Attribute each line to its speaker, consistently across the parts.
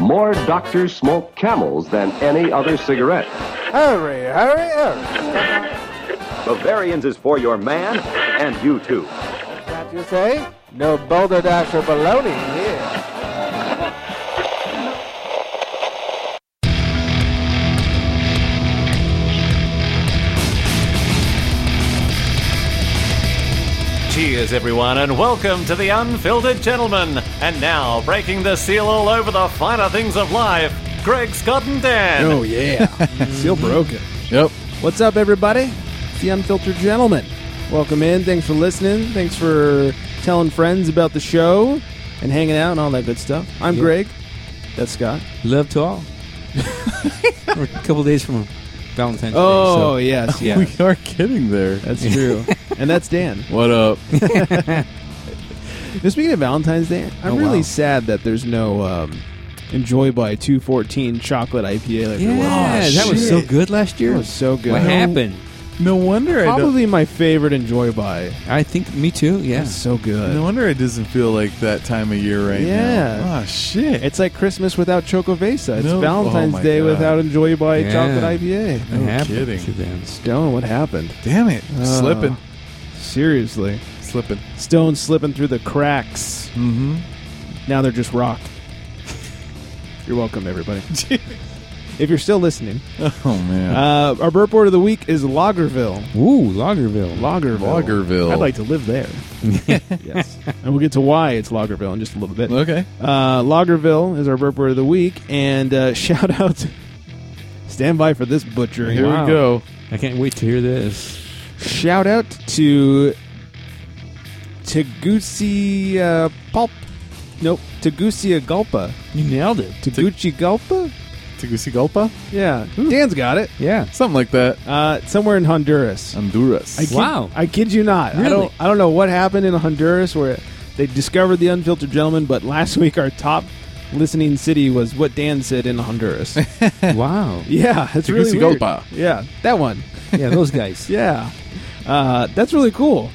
Speaker 1: more doctors smoke camels than any other cigarette.
Speaker 2: Hurry, hurry, hurry.
Speaker 3: Bavarians is for your man and you too.
Speaker 2: Can't you say? No boulder dash or baloney here.
Speaker 4: Cheers, everyone, and welcome to The Unfiltered Gentleman. And now, breaking the seal all over the finer things of life, Greg, Scott, and Dan.
Speaker 5: Oh yeah, seal broken.
Speaker 6: Yep.
Speaker 5: What's up, everybody? It's the Unfiltered Gentleman. Welcome in. Thanks for listening. Thanks for telling friends about the show and hanging out and all that good stuff. I'm Greg. That's Scott.
Speaker 6: Love to all. We're a couple days from Valentine's
Speaker 5: Oh
Speaker 6: Day.
Speaker 5: yes, yeah,
Speaker 6: We are kidding there.
Speaker 5: that's true. and that's Dan.
Speaker 6: What up?
Speaker 5: Now, speaking of Valentine's Day, I'm
Speaker 6: Oh,
Speaker 5: really
Speaker 6: wow.
Speaker 5: sad that there's no um, Enjoy by 214 chocolate IPA. Like there
Speaker 6: Yeah,
Speaker 5: was.
Speaker 6: that was so good last year.
Speaker 5: Oh, That was so good.
Speaker 6: What happened?
Speaker 7: No wonder I don't.
Speaker 5: Probably my favorite Enjoy by.
Speaker 6: I think me too. Yeah.
Speaker 5: That's so good.
Speaker 7: No wonder it doesn't feel like that time of year right now.
Speaker 5: Yeah.
Speaker 7: Oh shit.
Speaker 5: It's like Christmas without Chocovesa. It's
Speaker 7: No-
Speaker 5: Valentine's
Speaker 7: oh my
Speaker 5: Day
Speaker 7: God.
Speaker 5: without Enjoy by
Speaker 6: Yeah.
Speaker 5: Chocolate IPA.
Speaker 6: What
Speaker 7: No
Speaker 6: happened
Speaker 7: kidding.
Speaker 6: to them?
Speaker 5: Stone, what happened?
Speaker 7: Damn it.
Speaker 5: Oh.
Speaker 7: slipping.
Speaker 5: Seriously.
Speaker 7: Slipping.
Speaker 5: Stone slipping through the cracks.
Speaker 7: Mm-hmm.
Speaker 5: Now they're just rock. You're welcome, everybody. if you're still listening,
Speaker 7: Oh man.
Speaker 5: uh, our burp word of the week is Lagerville.
Speaker 6: Ooh, Lagerville.
Speaker 5: Lagerville.
Speaker 7: Lagerville.
Speaker 5: I'd like to live there. yes. And we'll get to why it's Lagerville in just a little bit.
Speaker 7: okay.
Speaker 5: Uh, Lagerville is our burp word of the week, and uh, shout out. Stand by for this butchery.
Speaker 7: Here
Speaker 6: Wow.
Speaker 7: we go.
Speaker 6: I can't wait to hear this.
Speaker 5: Shout out to Tagusi uh, Pulp. Nope, Tegucigalpa.
Speaker 6: You nailed it.
Speaker 5: Tegucigalpa?
Speaker 7: Tegucigalpa?
Speaker 5: Yeah,
Speaker 7: Hmm.
Speaker 5: Dan's got it.
Speaker 6: Yeah.
Speaker 7: Something like that.
Speaker 5: Uh, somewhere in Honduras.
Speaker 7: Honduras.
Speaker 5: I kid,
Speaker 6: Wow.
Speaker 5: I kid you not. I
Speaker 6: Really?
Speaker 5: don't. I don't know what happened in Honduras where they discovered the unfiltered gentleman, but last week our top listening city was what Dan said in Honduras.
Speaker 6: wow.
Speaker 5: yeah, it's really weird.
Speaker 7: Tegucigalpa.
Speaker 5: Yeah, that one.
Speaker 6: Yeah, those guys.
Speaker 5: Yeah, uh, that's really cool.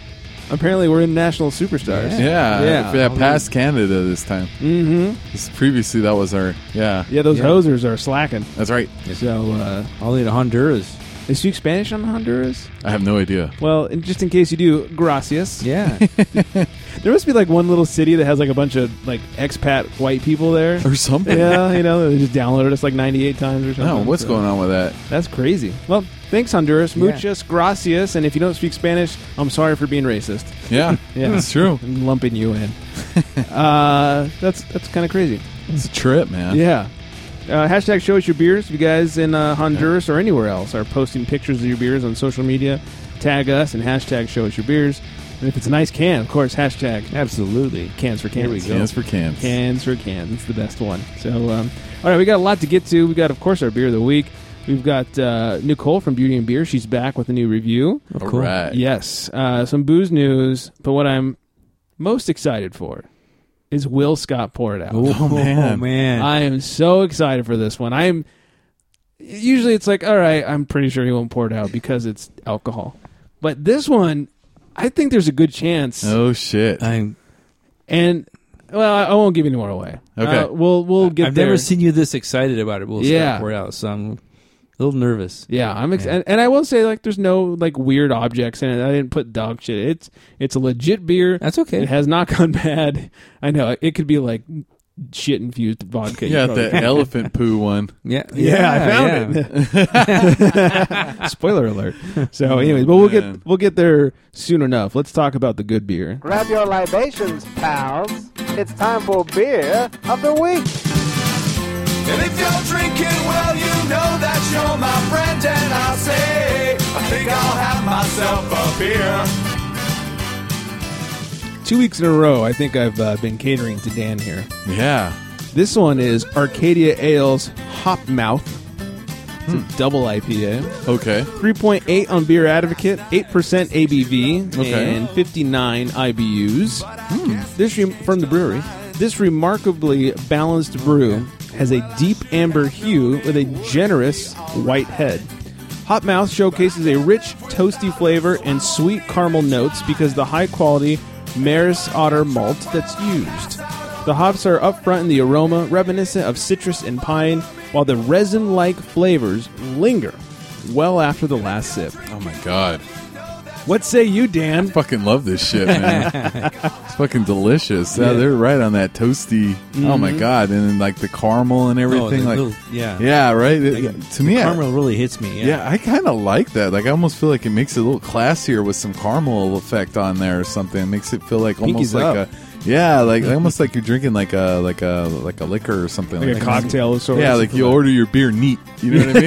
Speaker 5: Apparently, we're international superstars.
Speaker 6: Yeah.
Speaker 7: yeah.
Speaker 5: Yeah.
Speaker 7: Yeah. Past Canada this time.
Speaker 5: Mm-hmm.
Speaker 7: 'Cause Previously, that was our. Yeah.
Speaker 5: Yeah, those
Speaker 6: Yeah.
Speaker 5: hosers are slacking.
Speaker 7: That's right.
Speaker 5: So, uh,
Speaker 6: All in Honduras.
Speaker 5: they speak Spanish on Honduras?
Speaker 7: I have no idea.
Speaker 5: Well, and just in case you do, gracias.
Speaker 6: Yeah.
Speaker 5: There must be like one little city that has like a bunch of like expat white people there.
Speaker 7: Or something.
Speaker 5: yeah, you know, they just downloaded us like 98 times
Speaker 6: Oh,
Speaker 5: or
Speaker 7: No,
Speaker 5: something.
Speaker 7: what's
Speaker 5: so-
Speaker 7: going on with that?
Speaker 5: That's crazy. Well, thanks, Honduras.
Speaker 6: Yeah.
Speaker 5: Muchas gracias. And if you don't speak Spanish, I'm sorry for being racist.
Speaker 7: Yeah,
Speaker 5: Yeah.
Speaker 7: it's true.
Speaker 5: I'm lumping you in. uh, that's that's kind of crazy.
Speaker 7: It's a trip, man.
Speaker 5: Yeah. Uh, hashtag show us your beers. If you guys in uh, Honduras or anywhere else are posting pictures of your beers on social media, tag us and hashtag show us your beers. And if it's a nice can, of course, hashtag
Speaker 6: Absolutely.
Speaker 5: cans for cans.
Speaker 6: Here we go.
Speaker 7: Cans for cans.
Speaker 5: Cans for cans. It's the best one. So, um, all right, we got a lot to get to. We got, of course, our beer of the week. We've got uh, Nicole from Beauty and Beer. She's back with a new review.
Speaker 6: Of
Speaker 7: All
Speaker 6: course.
Speaker 7: right.
Speaker 5: Yes, uh, some booze news. But what I'm most excited for is Will Scott pour it out.
Speaker 6: Oh,
Speaker 7: Oh, man.
Speaker 6: man.
Speaker 5: I am so excited for this one. I'm usually it's like, all right, I'm pretty sure he won't pour it out because it's alcohol. But this one, I think there's a good chance.
Speaker 7: Oh shit.
Speaker 6: I'm,
Speaker 5: And well, I, I won't give any more away.
Speaker 7: Okay.
Speaker 5: Uh, we'll we'll get
Speaker 6: I've
Speaker 5: there.
Speaker 6: never seen you this excited about it. We'll
Speaker 5: Yeah.
Speaker 6: yeah. it out, so I'm a little nervous.
Speaker 5: yeah, I'm ex-
Speaker 6: Yeah.
Speaker 5: And, and I will say like there's no like weird objects in it. I didn't put dog shit. It's it's a legit beer.
Speaker 6: That's okay.
Speaker 5: It has not gone bad. I know it could be like shit infused vodka. You
Speaker 7: yeah,
Speaker 5: probably-
Speaker 7: the elephant poo one.
Speaker 6: Yeah,
Speaker 5: I found it. Spoiler alert. So, anyways, but we'll
Speaker 7: Man.
Speaker 5: get we'll get there soon enough. Let's talk about the good beer.
Speaker 2: Grab your libations, pals. It's time for beer of the week.
Speaker 8: And if you're drinking, well, you know that you're my friend, and I say, I think I'll have myself a beer.
Speaker 5: Two weeks in a row, I think I've uh, been catering to Dan here.
Speaker 7: Yeah.
Speaker 5: This one is Arcadia Ales Hop Mouth. It's
Speaker 7: Hmm.
Speaker 5: a double IPA.
Speaker 7: Okay.
Speaker 5: 3.8 on Beer Advocate, 8% ABV,
Speaker 7: Okay.
Speaker 5: and 59 IBUs. This re- from the brewery. This remarkably balanced brew has a deep amber hue with a generous white head. Hot Mouth showcases a rich, toasty flavor and sweet caramel notes because of the high quality Maris Otter malt that's used. The hops are upfront in the aroma, reminiscent of citrus and pine, while the resin like flavors linger well after the last sip.
Speaker 7: Oh my god.
Speaker 5: What say you, Dan?
Speaker 7: Fucking love this shit, man. it's fucking delicious. Yeah, they're right on that toasty. Oh my god, and then like the caramel and
Speaker 6: Oh, Mm-hmm. the
Speaker 7: everything, like
Speaker 6: little- yeah.
Speaker 7: yeah, right. It-
Speaker 6: Like,
Speaker 7: to me, I-
Speaker 6: caramel really hits me. Yeah.
Speaker 7: yeah, I kind of like that. Like I almost feel like it makes it a little classier with some caramel effect on there or something. It makes it feel like almost
Speaker 5: Pinky's
Speaker 7: like
Speaker 5: up.
Speaker 7: a yeah, like almost like you're drinking like a like a like a liquor or something
Speaker 5: Like a cocktail of sorts.
Speaker 7: Yeah, like you order your beer neat. You know what I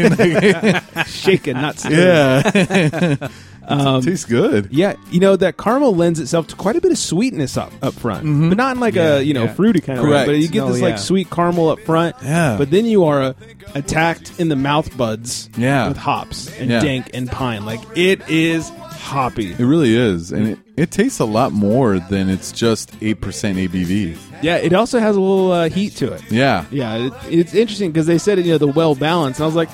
Speaker 7: mean? Like,
Speaker 5: shaken, not stirred.
Speaker 7: yeah, It tastes good.
Speaker 5: Yeah, you know that caramel lends itself to quite a bit of sweetness up up front, but not in like a you know
Speaker 6: yeah.
Speaker 5: fruity kind of way.
Speaker 7: Correct.
Speaker 5: But you get
Speaker 6: No,
Speaker 5: this
Speaker 6: yeah.
Speaker 5: like sweet caramel up front.
Speaker 7: Yeah.
Speaker 5: But then you are uh, attacked in the mouth buds.
Speaker 7: Yeah.
Speaker 5: With hops and
Speaker 7: Yeah.
Speaker 5: dank and pine, like it is hoppy.
Speaker 7: It really is, and it, it tastes a lot more than it's just eight percent ABV.
Speaker 5: Yeah, it also has a little uh, heat to it.
Speaker 7: Yeah,
Speaker 5: Yeah, it, it's interesting because they said you know the well balanced. And I was like,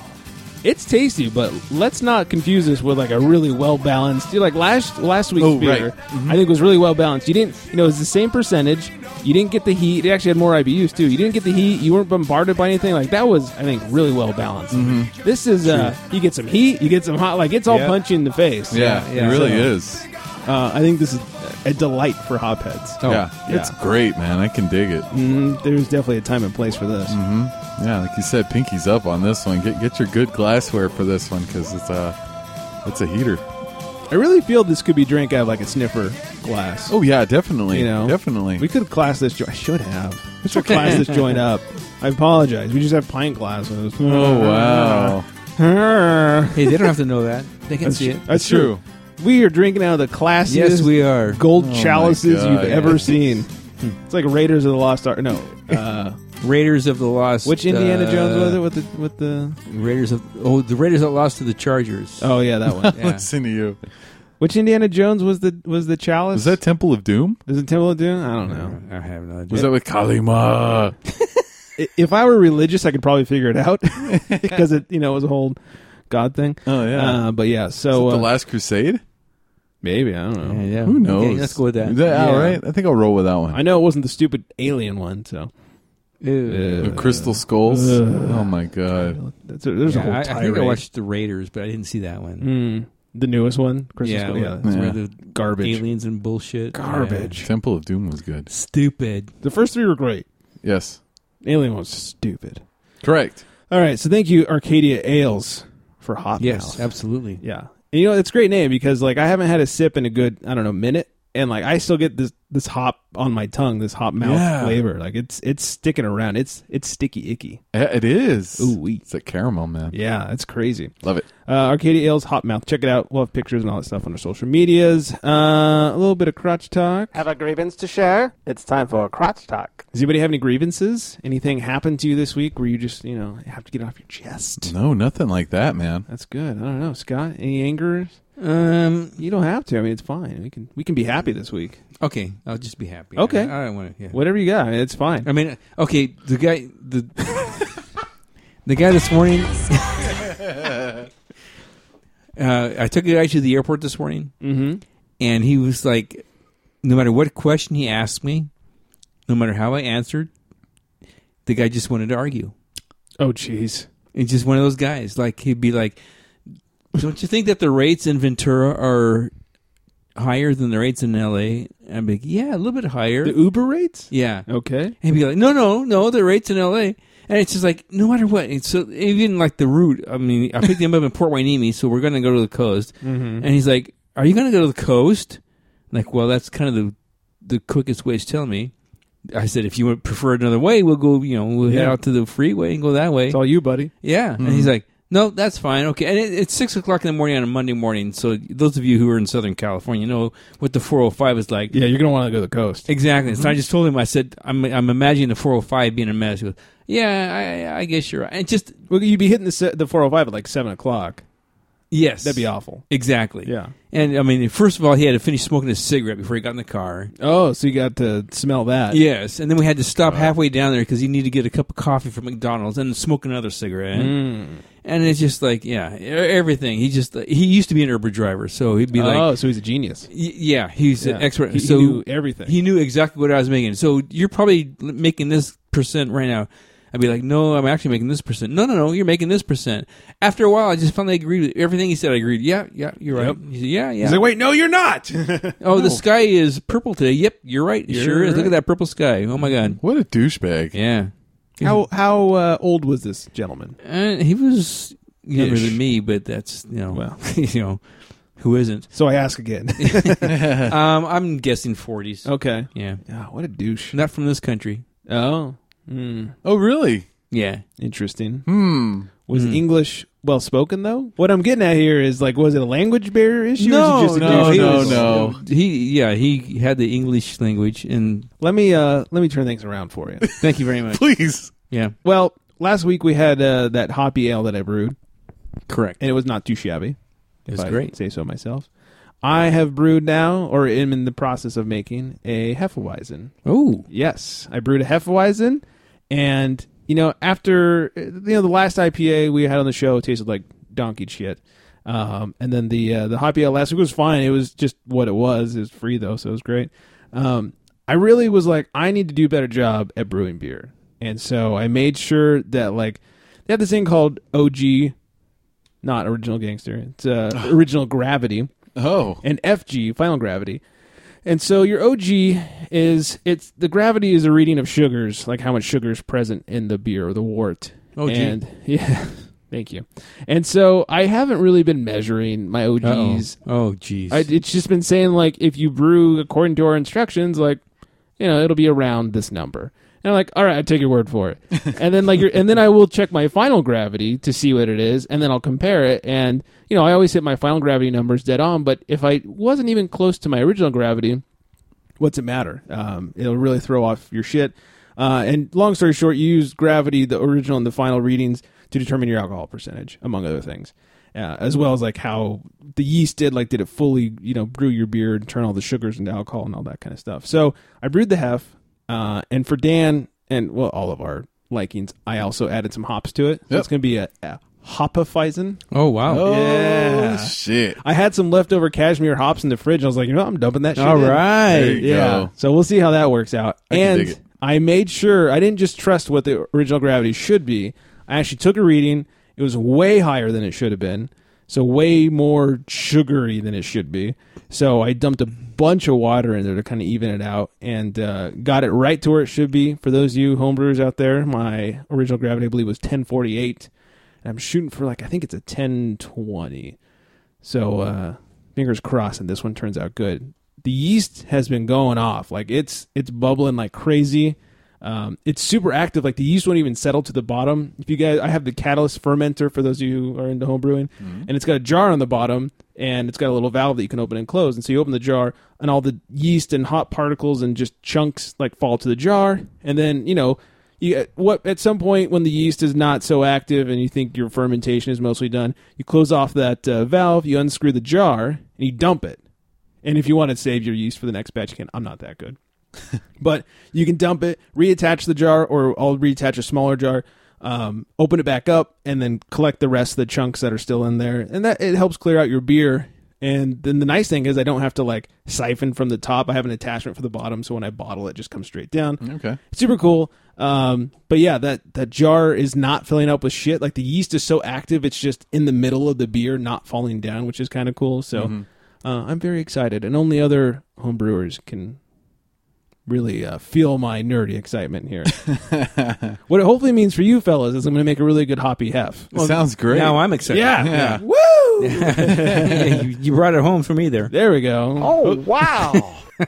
Speaker 5: it's tasty, but let's not confuse this with like a really well balanced. Like last last week's
Speaker 7: Oh, right.
Speaker 5: beer, I think was really well balanced. You didn't, you know, it's the same percentage. You didn't get the heat. It actually had more IBUs too. You didn't get the heat. You weren't bombarded by anything. Like that was, I think, really well balanced.
Speaker 7: Mm-hmm.
Speaker 5: This is, uh, you get some heat, you get some hot. Like it's all
Speaker 6: Yeah.
Speaker 5: punchy in the face.
Speaker 7: yeah,
Speaker 6: yeah.
Speaker 7: it really
Speaker 6: So-
Speaker 7: is.
Speaker 5: Uh, I think this is a delight for hopheads.
Speaker 6: Oh,
Speaker 7: yeah. it's great, man. I can dig it.
Speaker 5: Mm, there's definitely a time and place for this.
Speaker 7: Mm-hmm. Yeah, like you said, pinky's up on this one. Get get your good glassware for this one because it's a it's a heater.
Speaker 5: I really feel this could be drank out of like a sniffer glass.
Speaker 7: Oh yeah, definitely.
Speaker 5: you know,
Speaker 7: definitely.
Speaker 5: We could class this joint. I should have. We should class this joint up. I apologize. We just have pint glasses.
Speaker 7: oh wow,
Speaker 5: That's,
Speaker 6: Hey, they don't have to know that. They can see it.
Speaker 7: that's true.
Speaker 5: We are drinking out of the classiest
Speaker 6: Yes, we are.
Speaker 5: gold
Speaker 7: Oh, my
Speaker 5: chalices
Speaker 7: God.
Speaker 5: you've ever seen. It's like Raiders of the Lost Ark. No, uh,
Speaker 6: Raiders of the Lost.
Speaker 5: which Indiana
Speaker 6: uh,
Speaker 5: Jones was it with the with the?
Speaker 6: Raiders of oh, the Raiders that lost to the Chargers.
Speaker 5: Oh yeah, that one.
Speaker 6: Yeah.
Speaker 7: Listen to you.
Speaker 5: Which Indiana Jones was the was the chalice?
Speaker 7: Was that Temple of Doom?
Speaker 5: is it Temple of Doom? I don't
Speaker 6: I
Speaker 5: know.
Speaker 6: don't- I have no idea.
Speaker 7: Was that with Kalima?
Speaker 5: I- If I were religious, I could probably figure it out because it you know was a whole god thing.
Speaker 7: Oh yeah.
Speaker 5: Uh, but yeah, so
Speaker 7: the
Speaker 5: uh,
Speaker 7: Last Crusade?
Speaker 5: maybe I don't know.
Speaker 6: yeah, yeah.
Speaker 7: Who knows?
Speaker 6: Okay, let's go with that.
Speaker 7: Is that all
Speaker 6: Yeah.
Speaker 7: right? I think I'll roll with that one.
Speaker 5: I know it wasn't the stupid alien one, so
Speaker 6: Ew.
Speaker 7: The Crystal Skulls. oh my god.
Speaker 5: that's there's a
Speaker 6: Yeah,
Speaker 5: whole
Speaker 6: I, I think I
Speaker 5: tirade.
Speaker 6: watched the Raiders, but I didn't see that one.
Speaker 5: Mm, the newest one, Crystal
Speaker 6: yeah,
Speaker 5: Skull,
Speaker 6: where-
Speaker 5: yeah.
Speaker 6: that's where
Speaker 7: Yeah.
Speaker 6: the
Speaker 5: garbage.
Speaker 6: aliens and bullshit.
Speaker 5: Garbage.
Speaker 6: Yeah.
Speaker 7: Temple of Doom was good.
Speaker 6: Stupid.
Speaker 5: The first three were great.
Speaker 7: Yes.
Speaker 5: Alien one was stupid.
Speaker 7: Correct.
Speaker 5: All right, so thank you, Arcadia Ales, for Hot
Speaker 6: Yes,
Speaker 5: Mouth.
Speaker 6: absolutely.
Speaker 5: Yeah, and, you know it's a great name because like I haven't had a sip in a good I don't know minute, and like I still get this this hop on my tongue, this hop mouth
Speaker 7: Yeah.
Speaker 5: flavor. Like it's it's sticking around. It's it's sticky icky.
Speaker 7: Yeah, It is.
Speaker 5: Ooh, wee.
Speaker 7: It's that caramel, man.
Speaker 5: Yeah, that's crazy.
Speaker 7: Love it.
Speaker 5: Uh, Arcadia Ales Hot Mouth. Check it out. We'll have pictures and all that stuff on our social medias. Uh, a little bit of crotch talk.
Speaker 2: Have a grievance to share? It's time for a crotch talk.
Speaker 5: Does anybody have any grievances? Anything happened to you this week where you just, you know, have to get it off your chest?
Speaker 7: No, nothing like that, man.
Speaker 5: That's good. I don't know, Scott. Any anger?
Speaker 6: Um.
Speaker 5: You don't have to. I mean, it's fine. We can we can be happy this week.
Speaker 6: Okay, I'll just be happy.
Speaker 5: Okay.
Speaker 6: I, I don't want to. Yeah.
Speaker 5: Whatever you got, I mean, it's fine.
Speaker 6: I mean, okay, the guy, the the guy this morning. uh, I took a guy to the airport this morning,
Speaker 5: Mm-hmm.
Speaker 6: and he was like, no matter what question he asked me, no matter how I answered, the guy just wanted to argue.
Speaker 5: Oh, jeez.
Speaker 6: It's just one of those guys. Like he'd be like, "Don't you think that the rates in Ventura are higher than the rates in L.A.?" I'd be like, "Yeah, a little bit higher."
Speaker 5: The Uber rates?
Speaker 6: yeah,
Speaker 5: Okay.
Speaker 6: and be like, no, no, no, the rates in L.A. And it's just like, no matter what. It's so even like the route. I mean, I picked him up in Port Wainimi, so we're gonna go to the coast. And he's like, are you gonna go to the coast? I'm like, well, that's kind of the the quickest way to tell me. I said, if you would prefer another way, we'll go. You know, we'll head
Speaker 5: Yeah.
Speaker 6: out to the freeway and go that way.
Speaker 5: It's all you, buddy.
Speaker 6: yeah. And he's like, no, that's fine. Okay. And it, it's six o'clock in the morning on a Monday morning. So those of you who are in Southern California know what the four hundred five is like.
Speaker 5: Yeah, you're going to want to go to the coast.
Speaker 6: Exactly. So I just told him, I said, I'm, I'm imagining the 405 being a mess. He goes, yeah, I, I guess you're right. And just,
Speaker 5: oh Well, you'd be hitting the, se- the 405 at like 7 o'clock.
Speaker 6: Yes,
Speaker 5: That'd be awful.
Speaker 6: Exactly.
Speaker 5: Yeah.
Speaker 6: And I mean, first of all, he had to finish smoking a cigarette before he got in the car.
Speaker 5: Oh, so you got to smell that.
Speaker 6: Yes, and then we had to stop halfway down there because he needed to get a cup of coffee from McDonald's and smoke another cigarette. And it's just like, yeah, e- everything. He just he used to be an Uber driver, so he'd be like,
Speaker 5: oh, so he's a genius.
Speaker 6: y- yeah, he's
Speaker 5: Yeah.
Speaker 6: an expert.
Speaker 5: He- he
Speaker 6: so
Speaker 5: knew everything.
Speaker 6: He knew exactly what I was making. So you're probably l- making this percent right now. I'd be like, no, I'm actually making this percent. No, no, no, you're making this percent. After a while, I just finally agreed with everything he said. I agreed. Yeah, yeah, you're right. He said, yeah, yeah.
Speaker 5: He's like, wait, no, you're not.
Speaker 6: oh, the sky is purple today. Yep, you're right. It sure is. Look
Speaker 5: right.
Speaker 6: at that purple sky. Oh my god.
Speaker 7: What a douchebag.
Speaker 6: Yeah.
Speaker 5: how how uh, old was this gentleman?
Speaker 6: Uh, he was younger
Speaker 5: Ish.
Speaker 6: than me, but that's you know,
Speaker 5: Well.
Speaker 6: you know, who isn't?
Speaker 5: So I ask again.
Speaker 6: Um, I'm guessing forties.
Speaker 5: okay.
Speaker 6: Yeah,
Speaker 5: Yeah, what a douche.
Speaker 6: not from this country.
Speaker 5: Oh,
Speaker 7: Oh, really?
Speaker 6: Yeah,
Speaker 5: interesting.
Speaker 7: Hmm.
Speaker 5: Was English well spoken though? What I'm getting at here is like, was it a language barrier issue? or is it
Speaker 6: No,
Speaker 5: just a
Speaker 7: no,
Speaker 5: douche?
Speaker 7: no,
Speaker 5: was-
Speaker 7: no.
Speaker 6: he yeah he had the English language, and
Speaker 5: Let me uh, let me turn things around for you.
Speaker 6: thank you very much.
Speaker 7: Please.
Speaker 6: Yeah,
Speaker 5: well, last week we had uh, that hoppy ale that I brewed,
Speaker 6: correct.
Speaker 5: and it was not too shabby. if
Speaker 6: It was
Speaker 5: I
Speaker 6: great.
Speaker 5: Say so myself. I have brewed now, or am in the process of making a hefeweizen.
Speaker 6: Oh,
Speaker 5: Yes, I brewed a Hefeweizen, and you know, after you know the last IPA we had on the show tasted like donkey shit, um, and then the uh, the hoppy ale last week was fine. It was just what it was. It was free though, so it was great. Um, I really was like, I need to do a better job at brewing beer, and so I made sure that like they have this thing called OG, not original gangster. It's uh, original gravity
Speaker 7: Oh.
Speaker 5: and FG, final gravity. And so your OG is it's the gravity is a reading of sugars, like how much sugar is present in the beer or the wort.
Speaker 6: OG.
Speaker 5: And yeah. Thank you. And so I haven't really been measuring my
Speaker 6: oh,
Speaker 5: OGs.
Speaker 6: oh, jeez.
Speaker 5: I, it's just been saying like if you brew according to our instructions, like you know it'll be around this number. And I'm like, all right, I take your word for it. and then like, you're, and then I will check my final gravity to see what it is, and then I'll compare it. And you know, I always hit my final gravity numbers dead on. But if I wasn't even close to my original gravity, what's it matter? Um, it'll really throw off your shit. Uh, and long story short, you use gravity, the original and the final readings, to determine your alcohol percentage, among other things, uh, as well as like how the yeast did, like did it fully, you know, brew your beer and turn all the sugars into alcohol and all that kind of stuff. So I brewed the hef, uh, and for Dan and well, all of our likings, I also added some hops to it. So
Speaker 7: Yep.
Speaker 5: it's going to be a, a hopafison.
Speaker 6: oh wow.
Speaker 7: Oh,
Speaker 5: Yeah.
Speaker 7: shit.
Speaker 5: I had some leftover cashmere hops in the fridge. And I was like, you know, what? I'm dumping that shit.
Speaker 6: All
Speaker 5: in.
Speaker 6: right.
Speaker 7: There you
Speaker 5: yeah.
Speaker 7: go.
Speaker 5: So we'll see how that works out.
Speaker 7: I can dig
Speaker 5: and
Speaker 7: it.
Speaker 5: I made sure I didn't just trust what the original gravity should be. I actually took a reading. It was way higher than it should have been. So way more sugary than it should be. So I dumped a bunch of water in there to kind of even it out and uh, got it right to where it should be. For those of you homebrewers out there, my original gravity I believe was 1048. And I'm shooting for like I think it's a 1020. So uh, fingers crossed, and this one turns out good. The yeast has been going off, like it's it's bubbling like crazy. Um, it's super active, like the yeast won't even settle to the bottom. If you guys, I have the catalyst fermenter for those of you who are into home brewing, and it's got a jar on the bottom, and it's got a little valve that you can open and close. And so you open the jar, and all the yeast and hot particles and just chunks like fall to the jar, and then you know you at what at some point when the yeast is not so active and you think your fermentation is mostly done, you close off that uh, valve, you unscrew the jar, and you dump it. And if you want to save your yeast for the next batch, you can. I'm not that good, but you can dump it, reattach the jar, or I'll reattach a smaller jar. Um, open it back up and then collect the rest of the chunks that are still in there, and that it helps clear out your beer. And then the nice thing is I don't have to like siphon from the top. I have an attachment for the bottom, so when I bottle it, just comes straight down
Speaker 7: Okay.
Speaker 5: super cool. Um, but yeah, that that jar is not filling up with shit. Like the yeast is so active, it's just in the middle of the beer, not falling down, which is kind of cool. So
Speaker 7: Mm-hmm.
Speaker 5: uh, I'm very excited, and only other homebrewers can really uh, feel my nerdy excitement here. what it hopefully means for you fellas is I'm going to make a really good hoppy hef.
Speaker 7: It sounds great.
Speaker 6: Now I'm excited.
Speaker 7: yeah.
Speaker 6: Yeah, you, you brought it home for me there.
Speaker 5: There we go.
Speaker 2: Oh, wow.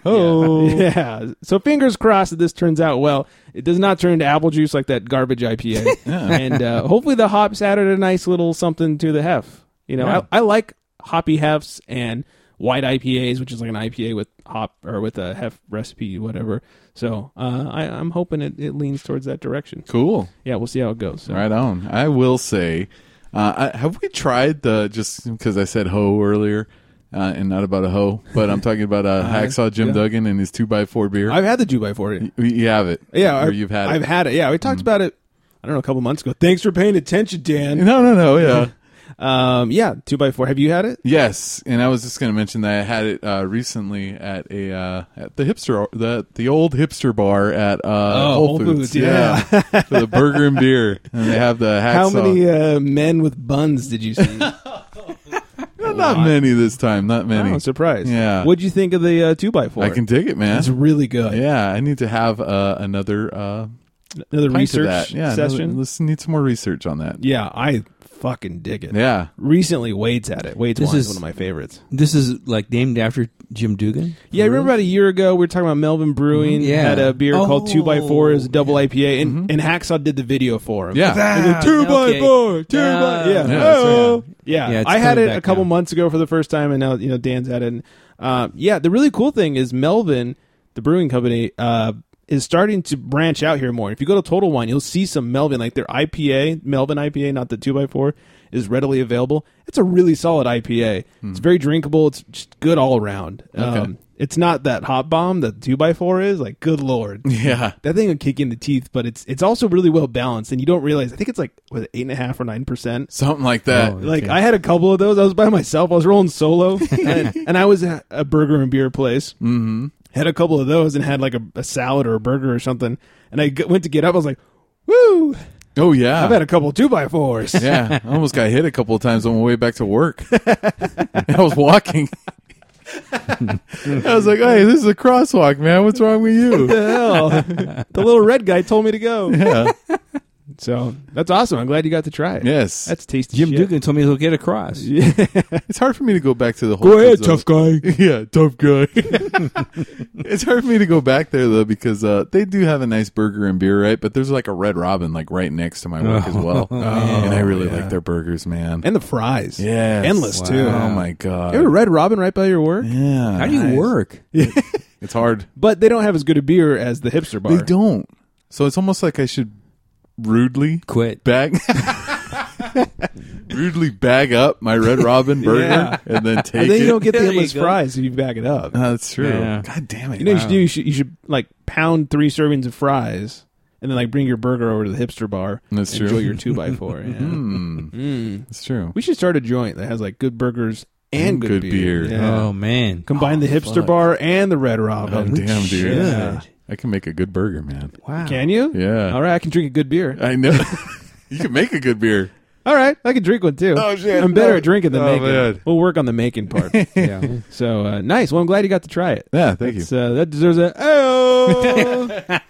Speaker 5: Oh. Yeah. So fingers crossed that this turns out well. It does not turn into apple juice like that garbage IPA. And uh, hopefully the hops added a nice little something to the hef. You know, I, I like hoppy hefs and white IPAs, which is like an IPA with hop or with a hef recipe, whatever. So uh, I, I'm hoping it, it leans towards that direction.
Speaker 7: Cool.
Speaker 5: Yeah, we'll see how it goes. So.
Speaker 7: Right on. I will say, Uh, I, have we tried the just because I said hoe earlier uh, and not about a hoe, but I'm talking about uh, hacksaw Jim
Speaker 5: Uh-huh. yeah.
Speaker 7: Duggan and his two by four beer.
Speaker 5: I've had the Jew by forty.
Speaker 7: You- you have it,
Speaker 5: Yeah,
Speaker 7: or
Speaker 5: I've,
Speaker 7: you've had it. Mm.
Speaker 5: I've had it. Yeah, we talked about it. I don't know, a couple months ago. Thanks for paying attention, Dan.
Speaker 7: no, no, no, yeah.
Speaker 5: Um, yeah, two by four. Have you had it?
Speaker 7: Yes, and I was just going to mention that I had it uh, recently at a uh, at the hipster the the old hipster bar at uh, Whole,
Speaker 5: Oh, Whole
Speaker 7: Foods,
Speaker 5: Foods, yeah.
Speaker 7: for the burger and beer, and they have the hacksaw.
Speaker 5: How many uh, men with buns did you see?
Speaker 7: Not many this time. Not many.
Speaker 5: Oh, I'm surprised.
Speaker 7: Yeah.
Speaker 5: What'd you think of the uh, two by four?
Speaker 7: I can dig it, man.
Speaker 5: It's really good.
Speaker 7: yeah, I need to have uh, another uh,
Speaker 5: Another
Speaker 7: pint of
Speaker 5: research
Speaker 7: that. Yeah, another-
Speaker 5: session.
Speaker 7: let's need some more research on that.
Speaker 5: yeah, I fucking dig it.
Speaker 7: Yeah.
Speaker 5: Recently, Wade's had it. Wade's
Speaker 6: This
Speaker 5: wine is
Speaker 6: is-
Speaker 5: one of my favorites.
Speaker 6: This is like named after Jim Dugan.
Speaker 5: Yeah, I remember about a year ago we were talking about Melvin Brewing
Speaker 6: Mhm, yeah.
Speaker 5: had a beer called Two by Four as a
Speaker 6: Oh,
Speaker 5: double IPA, and, and Hacksaw did the video for him.
Speaker 7: Yeah.
Speaker 5: He was like, two
Speaker 6: yeah,
Speaker 5: by
Speaker 6: okay.
Speaker 5: four, two
Speaker 6: Yeah.
Speaker 5: by yeah,
Speaker 7: Yeah,
Speaker 5: oh. yeah.
Speaker 6: Yeah, it's
Speaker 5: I had
Speaker 6: coming
Speaker 5: it a
Speaker 6: back
Speaker 5: couple
Speaker 6: now.
Speaker 5: months ago for the first time, and now you know Dan's had it. And, uh, yeah, the really cool thing is Melvin, the brewing company, uh, is starting to branch out here more. If you go to Total Wine, you'll see some Melvin, like their IPA, Melvin IPA, not the two by four, is readily available. It's a really solid IPA.
Speaker 6: Hmm.
Speaker 5: It's very drinkable. It's just good all around. Um, it's not that hot bomb that two by four is. Like, good lord,
Speaker 7: Yeah.
Speaker 5: that thing will kick you in the teeth, but it's it's also really well balanced, and you don't realize. I think it's like was it eight and a half or nine percent.
Speaker 7: Something like that.
Speaker 5: Like I had a couple of those. I was by myself. I was rolling solo, and, and I was at a burger and beer place. Mm-hmm. Had a couple of those, and had like a, a salad or a burger or something. And I g- went to get up. I was like, "Woo!
Speaker 7: oh yeah.
Speaker 5: I've had a couple two by fours."
Speaker 7: yeah. I almost got hit a couple of times on my way back to work. I was walking. I was like, "Hey, this is a crosswalk, man. What's wrong with you?"
Speaker 5: the hell? the little red guy told me to go.
Speaker 7: Yeah.
Speaker 5: So that's awesome. I'm glad you got to try it.
Speaker 7: Yes.
Speaker 5: that's tasty.
Speaker 6: Jim
Speaker 5: shit.
Speaker 6: Dugan told me to get across.
Speaker 7: It's hard for me to go back to the whole. Go ahead, tough guy. yeah, tough guy. it's hard for me to go back there though because uh, they do have a nice burger and beer, right? But there's like a Red Robin like right next to my work as well, and I really like their burgers, man.
Speaker 5: Oh, and the fries.
Speaker 7: yeah,
Speaker 5: endless, too.
Speaker 7: Oh my god.
Speaker 5: You ever Red Robin right by your work?
Speaker 7: yeah.
Speaker 6: How do you
Speaker 7: nice.
Speaker 6: work?
Speaker 7: It's hard.
Speaker 5: but they don't have as good a beer as the hipster bar.
Speaker 7: They don't. So it's almost like I should rudely
Speaker 6: Quit.
Speaker 7: bag. rudely bag up my Red Robin burger
Speaker 5: Yeah.
Speaker 7: and then take
Speaker 5: And then
Speaker 7: it.
Speaker 5: you don't get the
Speaker 6: There you
Speaker 5: endless
Speaker 6: go.
Speaker 5: fries if you back it up.
Speaker 7: Uh, that's true.
Speaker 6: Yeah.
Speaker 7: God damn it!
Speaker 5: you know what
Speaker 7: Wow.
Speaker 5: you should do? You should, you should like pound three servings of fries and then like bring your burger over to the hipster bar.
Speaker 7: That's
Speaker 5: and
Speaker 7: true. Hmm.
Speaker 5: Enjoy your two by four. yeah.
Speaker 7: It's true.
Speaker 5: We should start a joint that has like good burgers and,
Speaker 7: And
Speaker 5: good,
Speaker 7: good
Speaker 5: beer.
Speaker 7: beer.
Speaker 5: Yeah.
Speaker 6: Oh man.
Speaker 5: Combine the hipster bar and the Red Robin.
Speaker 7: Oh, damn, dude.
Speaker 5: Yeah.
Speaker 7: I can make a good burger, man.
Speaker 6: Wow.
Speaker 5: Can you?
Speaker 7: Yeah.
Speaker 5: All right, I can drink a good beer.
Speaker 7: I know. you can make a good beer.
Speaker 5: All right, I can drink one too.
Speaker 7: Oh, shit.
Speaker 5: I'm better at drinking than
Speaker 7: Oh,
Speaker 5: making.
Speaker 7: man.
Speaker 5: We'll work on the making part. yeah. So uh, nice. Well, I'm glad you got to try it.
Speaker 7: Yeah, thank
Speaker 5: It's,
Speaker 7: you.
Speaker 5: uh, that deserves a oh.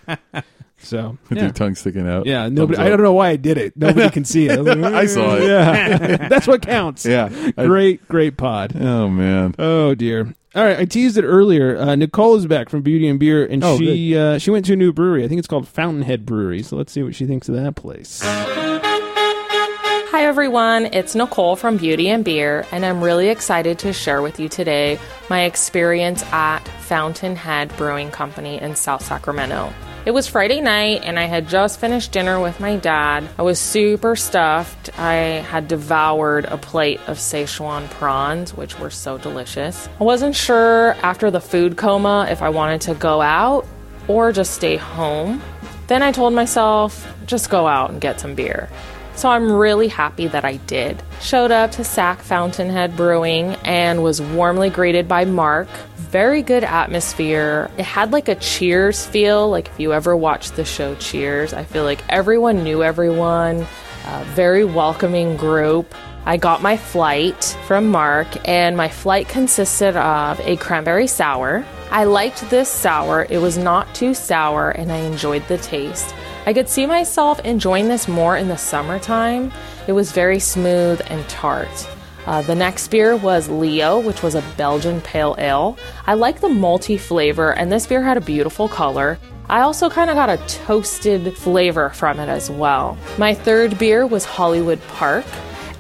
Speaker 5: so
Speaker 7: With
Speaker 5: yeah.
Speaker 7: your tongue sticking out.
Speaker 5: Yeah, nobody.
Speaker 7: Thumbs
Speaker 5: I
Speaker 7: up.
Speaker 5: don't know why I did it. Nobody can see it. I, was like,
Speaker 7: I saw it.
Speaker 5: Yeah, that's what counts.
Speaker 7: Yeah. I-
Speaker 5: great, great pod.
Speaker 7: oh, man.
Speaker 5: Oh dear. All right, I teased it earlier. Uh, Nicole is back from Beauty and Beer, and
Speaker 6: Oh,
Speaker 5: she uh, she went to a new brewery. I think it's called Fountainhead Brewery. So let's see what she thinks of that place.
Speaker 9: Hi everyone, it's Nicole from Beauty and Beer, and I'm really excited to share with you today my experience at Fountainhead Brewing Company in South Sacramento. It was Friday night, and I had just finished dinner with my dad. I was super stuffed. I had devoured a plate of Szechuan prawns, which were so delicious. I wasn't sure after the food coma if I wanted to go out or just stay home. Then I told myself, just go out and get some beer. So I'm really happy that I did. Showed up to Sac Fountainhead Brewing and was warmly greeted by Mark. Very good atmosphere. It had like a cheers feel, like if you ever watched the show Cheers, I feel like everyone knew everyone. A very welcoming group. I got my flight from Mark, and my flight consisted of a cranberry sour. I liked this sour, it was not too sour, and I enjoyed the taste. I could see myself enjoying this more in the summertime. It was very smooth and tart. Uh, the next beer was Leo, which was a Belgian pale ale. I like the malty flavor, and this beer had a beautiful color. I also kind of got a toasted flavor from it as well. My third beer was Hollywood Park,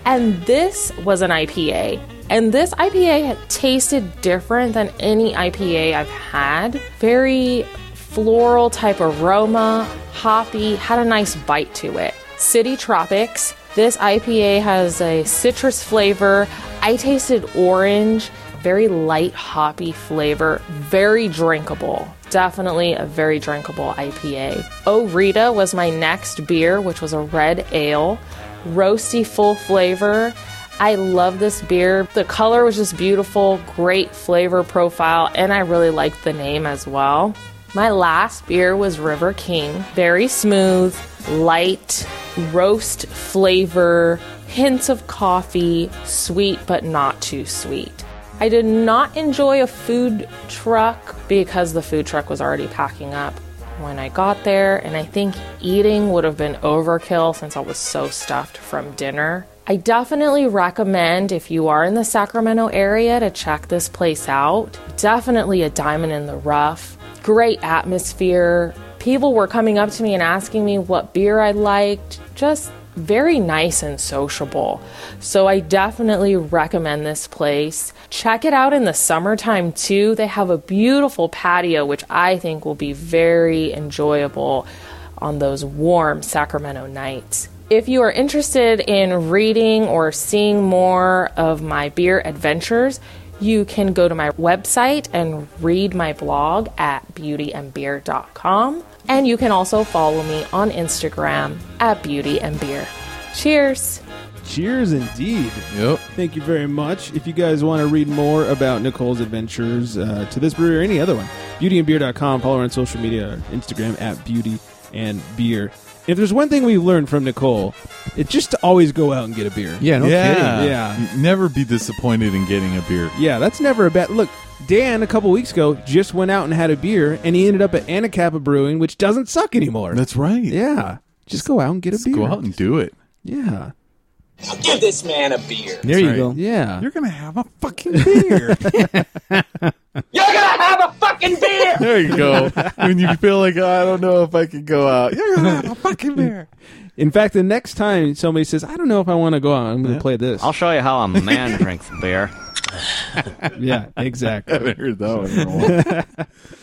Speaker 9: and this was an IPA. And this IPA had tasted different than any IPA I've had. Very floral type aroma, hoppy, had a nice bite to it. City Tropics This IPA has a citrus flavor. I tasted orange, very light hoppy flavor, very drinkable. Definitely a very drinkable IPA. Oh Rita was my next beer, which was a red ale. Roasty, full flavor. I love this beer. The color was just beautiful, great flavor profile, and I really liked the name as well. My last beer was River King. Very smooth, light, roast flavor, hints of coffee, sweet but not too sweet. I did not enjoy a food truck because the food truck was already packing up when I got there, and I think eating would have been overkill since I was so stuffed from dinner. I definitely recommend if you are in the Sacramento area to check this place out. Definitely a diamond in the rough. Great atmosphere. People were coming up to me and asking me what beer I liked. Just very nice and sociable. So I definitely recommend this place. Check it out in the summertime too. They have a beautiful patio, which I think will be very enjoyable on those warm Sacramento nights. If you are interested in reading or seeing more of my beer adventures, you can go to my website and read my blog at beautyandbeer.com. And you can also follow me on Instagram at beautyandbeer. Cheers!
Speaker 5: Cheers, indeed.
Speaker 7: Yep.
Speaker 5: Thank you very much. If you guys want to read more about Nicole's adventures uh, to this brewery or any other one, beautyandbeer.com. Follow her on social media, or Instagram at beauty and beer. If there's one thing we've learned from Nicole, it's just to always go out and get a beer.
Speaker 6: Yeah, no
Speaker 7: yeah.
Speaker 5: kidding. Yeah.
Speaker 7: N- Never be disappointed in getting a beer.
Speaker 5: Yeah, that's never a bad look. Dan a couple weeks ago just went out and had a beer, and he ended up at Anacapa Brewing, which doesn't suck anymore.
Speaker 7: That's right.
Speaker 5: yeah, just go out and get a beer.
Speaker 7: Go out and do it.
Speaker 5: Yeah,
Speaker 10: Give this man a beer.
Speaker 6: There you go.
Speaker 5: yeah.
Speaker 7: You're gonna have a fucking beer.
Speaker 10: You're gonna have a fucking beer.
Speaker 7: there you go. When you feel like "Oh, I don't know if I could go out, you're gonna have a fucking beer.
Speaker 5: In fact, the next time somebody says, "I don't know if I want to go out," I'm going to play this.
Speaker 11: I'll show you how a man drinks beer.
Speaker 5: yeah, exactly.
Speaker 7: haven't heard that one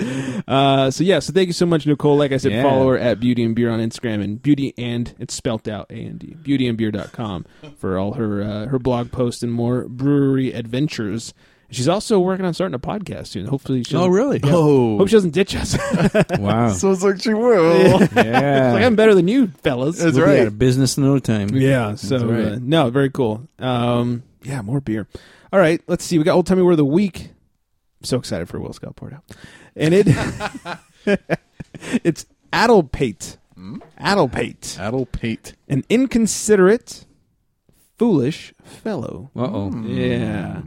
Speaker 7: in a while.
Speaker 5: Uh, so yeah, so thank you so much, Nicole. Like I said,
Speaker 6: Yeah.
Speaker 5: follow her at Beauty and Beer on Instagram and Beauty and it's spelt out A and D beautyandbeer.com for all her uh, her blog posts and more brewery adventures. She's also working on starting a podcast soon. Hopefully, she
Speaker 6: Oh, really?
Speaker 5: Yeah.
Speaker 7: Oh.
Speaker 5: hope she doesn't ditch us. like,
Speaker 6: Wow.
Speaker 7: So it's like she will.
Speaker 6: yeah.
Speaker 5: I'm better than you, fellas.
Speaker 7: That's
Speaker 6: We'll be out
Speaker 7: right.
Speaker 6: of business in no time.
Speaker 5: Yeah. So
Speaker 6: right.
Speaker 5: uh, no, very cool. Um, yeah, more beer. All right, let's see. We got old timey word of the week. I'm so excited for Will Scott poured out, and it it's addlepate. Addlepate,
Speaker 7: Adel Pate.
Speaker 5: an inconsiderate, foolish fellow.
Speaker 6: Uh
Speaker 5: Hmm.
Speaker 6: oh.
Speaker 5: Yeah.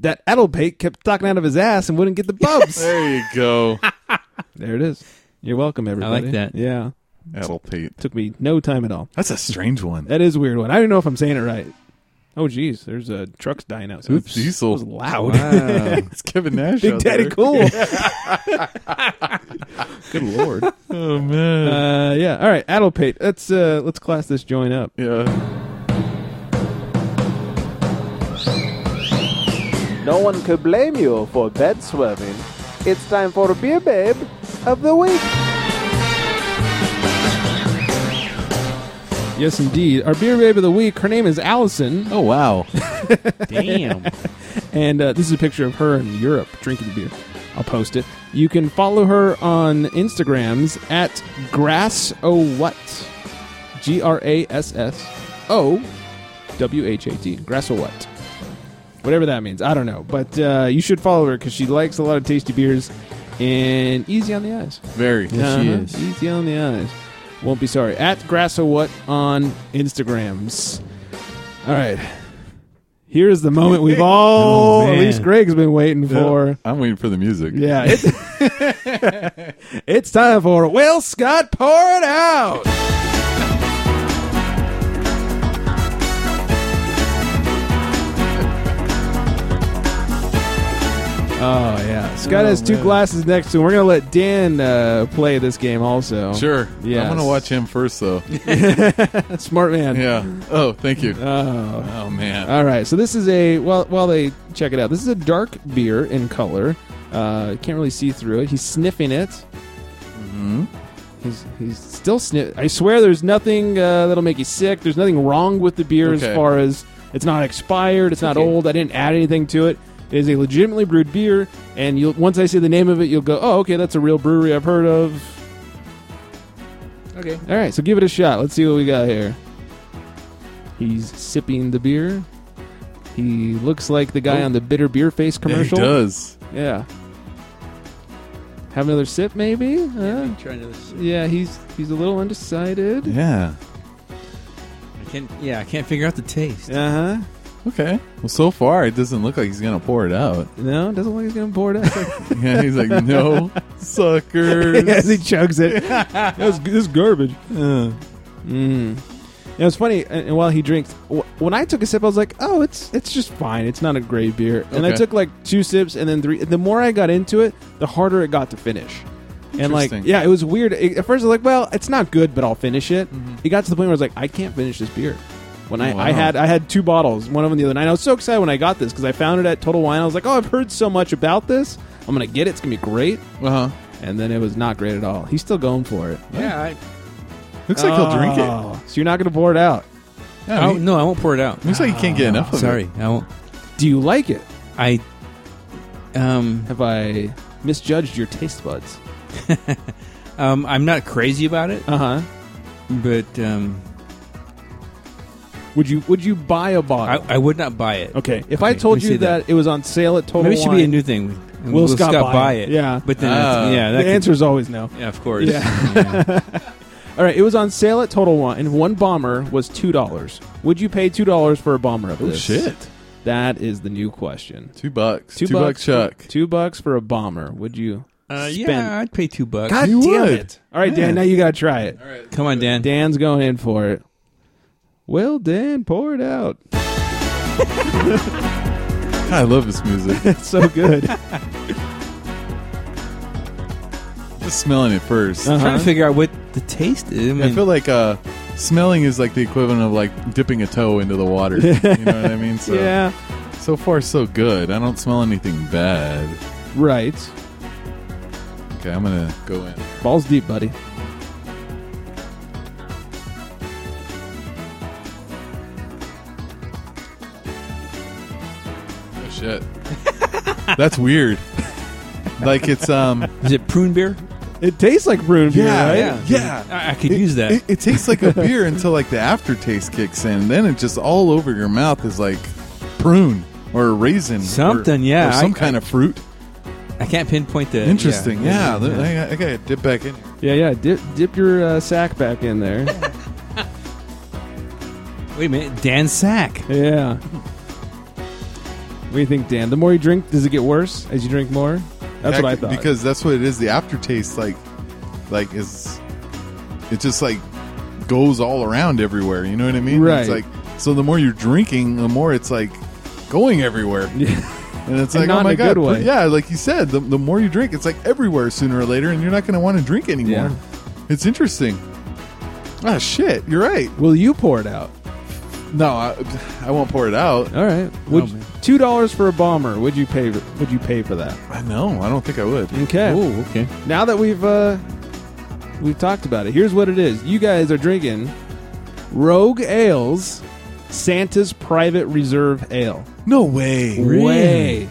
Speaker 5: That addlepate kept talking out of his ass and wouldn't get the bubs.
Speaker 7: There you go.
Speaker 5: there it is. You're welcome, everybody.
Speaker 6: that.
Speaker 5: Yeah.
Speaker 7: Adel Pate.
Speaker 5: Took me no time at all.
Speaker 7: That's a strange one.
Speaker 5: That is a weird one. I don't know if I'm saying it right. Oh, geez, there's uh, trucks dying outside.
Speaker 7: Oops. Diesel.
Speaker 5: That was loud.
Speaker 6: Wow.
Speaker 7: it's Kevin Nash.
Speaker 5: Big
Speaker 7: out
Speaker 5: Daddy
Speaker 7: there.
Speaker 5: Cool. Good lord.
Speaker 7: Oh man.
Speaker 5: Uh, yeah. All right, Adelpate. Let's uh, let's class this joint up.
Speaker 7: yeah.
Speaker 2: No one could blame you for bed swerving. It's time for a beer babe of the week.
Speaker 5: Yes, indeed. Our beer babe of the week. Her name is Allison,
Speaker 7: Oh wow.
Speaker 6: Damn.
Speaker 5: and uh, this is a picture of her in Europe drinking beer. I'll post it. You can follow her on Instagrams at grass o what, g r a s s o w h a t grass o what. whatever that means. I don't know, but uh, you should follow her because she likes a lot of tasty beers and easy on the eyes.
Speaker 7: Very.
Speaker 5: Uh-huh.
Speaker 6: she is.
Speaker 5: easy on the eyes. Won't be sorry. At Grasso What on Instagrams. All right, here is the moment we've all,
Speaker 6: Oh,
Speaker 5: at
Speaker 6: man.
Speaker 5: least Greg's been waiting for.
Speaker 7: I'm waiting for the music.
Speaker 5: Yeah, it's, it's time for Will Scott pour it out. Oh yeah, Scott has two glasses next to him. We're gonna let Dan uh, play this game also.
Speaker 7: Sure.
Speaker 5: Yes.
Speaker 7: I'm gonna watch him first though.
Speaker 5: smart man.
Speaker 7: yeah. Oh, thank you.
Speaker 5: Oh.
Speaker 7: oh man.
Speaker 5: All right, so this is a well. While they check it out, this is a dark beer in color. Uh, can't really see through it. He's sniffing it. He's he's still sniff. I swear, there's nothing uh, that'll make you sick. There's nothing wrong with the beer
Speaker 7: Okay.
Speaker 5: as far as it's not expired, it's not old. I didn't add anything to it. It is a legitimately brewed beer, and you'll once I say the name of it, you'll go, "Oh, okay, that's a real brewery I've heard of."
Speaker 6: Okay.
Speaker 5: All right, so give it a shot. Let's see what we got here. He's sipping the beer. He looks like the guy
Speaker 7: Oh.
Speaker 5: on the bitter beer face commercial.
Speaker 7: Yeah, he does.
Speaker 5: Yeah. Have another sip, maybe. Uh,
Speaker 6: Try another sip.
Speaker 5: yeah, he's he's a little undecided.
Speaker 7: Yeah.
Speaker 6: I can't. Yeah, I can't figure out the taste.
Speaker 5: Uh huh.
Speaker 7: Okay. Well, so far it doesn't look like he's gonna pour it out.
Speaker 5: No, doesn't look like he's gonna pour it out.
Speaker 7: Yeah, he's like, no, suckers.
Speaker 5: As he chugs it, that's this is garbage.
Speaker 7: Uh,
Speaker 5: Mm. You know, it's funny. And and while he drinks, wh- when I took a sip, I was like, "Oh, it's it's just fine. It's not a great beer." And I
Speaker 7: Okay.
Speaker 5: took like two sips, and then three. The more I got into it, the harder it got to finish. And like,
Speaker 7: Interesting.
Speaker 5: yeah, it was weird. It- at first, I was like, "Well, it's not good, but I'll finish it." It got to the point where I was like, "I can't finish this beer." When I, I
Speaker 7: Mm-hmm. Wow.
Speaker 5: had I had two bottles, one of them the other night. I was so excited when I got this because I found it at Total Wine. I was like, "Oh, I've heard so much about this. I'm gonna get it. It's gonna be great."
Speaker 7: uh-huh.
Speaker 5: And then it was not great at all. He's still going for it.
Speaker 6: Yeah. I,
Speaker 7: Looks like he'll drink it.
Speaker 5: Oh, So you're not gonna pour it out.
Speaker 7: Yeah,
Speaker 6: I
Speaker 7: I
Speaker 6: won't-
Speaker 7: mean,
Speaker 6: Oh, no, I won't pour it out.
Speaker 7: looks like he can't get enough of it.
Speaker 6: Sorry, I won't.
Speaker 5: Do you like it?
Speaker 6: I um
Speaker 5: Have I misjudged your taste buds?
Speaker 6: um I'm not crazy about it,
Speaker 5: Uh huh.
Speaker 6: but um
Speaker 5: Would you Would you buy a
Speaker 6: I,
Speaker 5: bottle?
Speaker 6: I would not buy it.
Speaker 5: okay. If I
Speaker 6: Okay, let
Speaker 5: told
Speaker 6: me
Speaker 5: you
Speaker 6: say that.
Speaker 5: that, it was on sale at Total
Speaker 6: Maybe it should be a
Speaker 5: Wine,
Speaker 6: new thing. Will,
Speaker 5: Scott
Speaker 6: Scott
Speaker 5: buy
Speaker 6: buy
Speaker 5: it?
Speaker 6: it?
Speaker 5: Yeah. Uh,
Speaker 6: but then
Speaker 7: Ah.
Speaker 6: that's- yeah, that
Speaker 5: the
Speaker 6: could-
Speaker 5: answer is always no.
Speaker 6: Yeah, of course.
Speaker 5: Yeah. All right. It was on sale at Total Wine, and one bomber was two dollars. Would you pay two dollars for a bomber of
Speaker 7: Oh
Speaker 5: this?
Speaker 7: shit.
Speaker 5: That is the new question.
Speaker 7: Two bucks. Two, bucks,
Speaker 5: for-
Speaker 7: Chuck.
Speaker 5: Two bucks for a bomber. Would you?
Speaker 6: Uh,
Speaker 5: spend?
Speaker 6: yeah, I'd pay two bucks.
Speaker 5: God
Speaker 7: You
Speaker 5: damn
Speaker 7: would.
Speaker 5: it! All right, Dan. Now you gotta try it.
Speaker 6: Come on, Dan.
Speaker 5: Dan's going in for it. Well, Dan, pour it out.
Speaker 7: I love this music.
Speaker 5: It's so good.
Speaker 7: Just smelling it 1st
Speaker 6: I'm trying to figure out what the taste is. I, mean,
Speaker 7: I feel like uh, smelling is like the equivalent of like dipping a toe into the water. you know what I mean? So,
Speaker 5: yeah.
Speaker 7: So far, so good. I don't smell anything bad.
Speaker 5: Right.
Speaker 7: Okay, I'm gonna go in.
Speaker 5: Balls deep, buddy.
Speaker 7: Oh shit. That's weird. Like it's um.
Speaker 6: is it prune beer?
Speaker 5: It tastes like prune beer, right?
Speaker 7: yeah.
Speaker 6: I, I could use that.
Speaker 7: It, it tastes like a beer until like the aftertaste kicks in. Then it just all over your mouth is like prune or raisin, or-
Speaker 6: Something, yeah.
Speaker 7: or some
Speaker 6: I-
Speaker 7: kind of fruit.
Speaker 6: I can't pinpoint the
Speaker 7: Interesting, yeah.
Speaker 6: yeah.
Speaker 7: I, I gotta dip back in.
Speaker 5: Yeah,
Speaker 7: here.
Speaker 5: yeah. Dip, dip your uh, sack back in there.
Speaker 6: Wait a minute, Dan Sack.
Speaker 5: yeah. What do you think, Dan? The more you drink, does it get worse as you drink more? That's what I
Speaker 7: Heck,
Speaker 5: thought.
Speaker 7: Because that's what it is. The aftertaste, like, like is, it just like goes all around everywhere. You know what I mean?
Speaker 5: Right.
Speaker 7: It's like so. The more you're drinking, the more it's like going everywhere. And it's
Speaker 5: And
Speaker 7: like,
Speaker 5: not
Speaker 7: oh my
Speaker 5: in a
Speaker 7: god,
Speaker 5: good way.
Speaker 7: yeah. Like you said, the, the more you drink, it's like everywhere sooner or later, and you're not going to want to drink anymore. It's interesting. Ah, shit. You're right.
Speaker 5: Will you pour it out?
Speaker 7: No, I, I won't pour it out.
Speaker 5: All right. Would two dollars for a bomber? Would you pay? Would you pay for that?
Speaker 7: I know. I don't think I would.
Speaker 5: Okay.
Speaker 6: Oh, okay.
Speaker 5: now that we've uh we've talked about it here's what it is you guys are drinking rogue ales santa's private reserve ale
Speaker 7: No way.
Speaker 5: way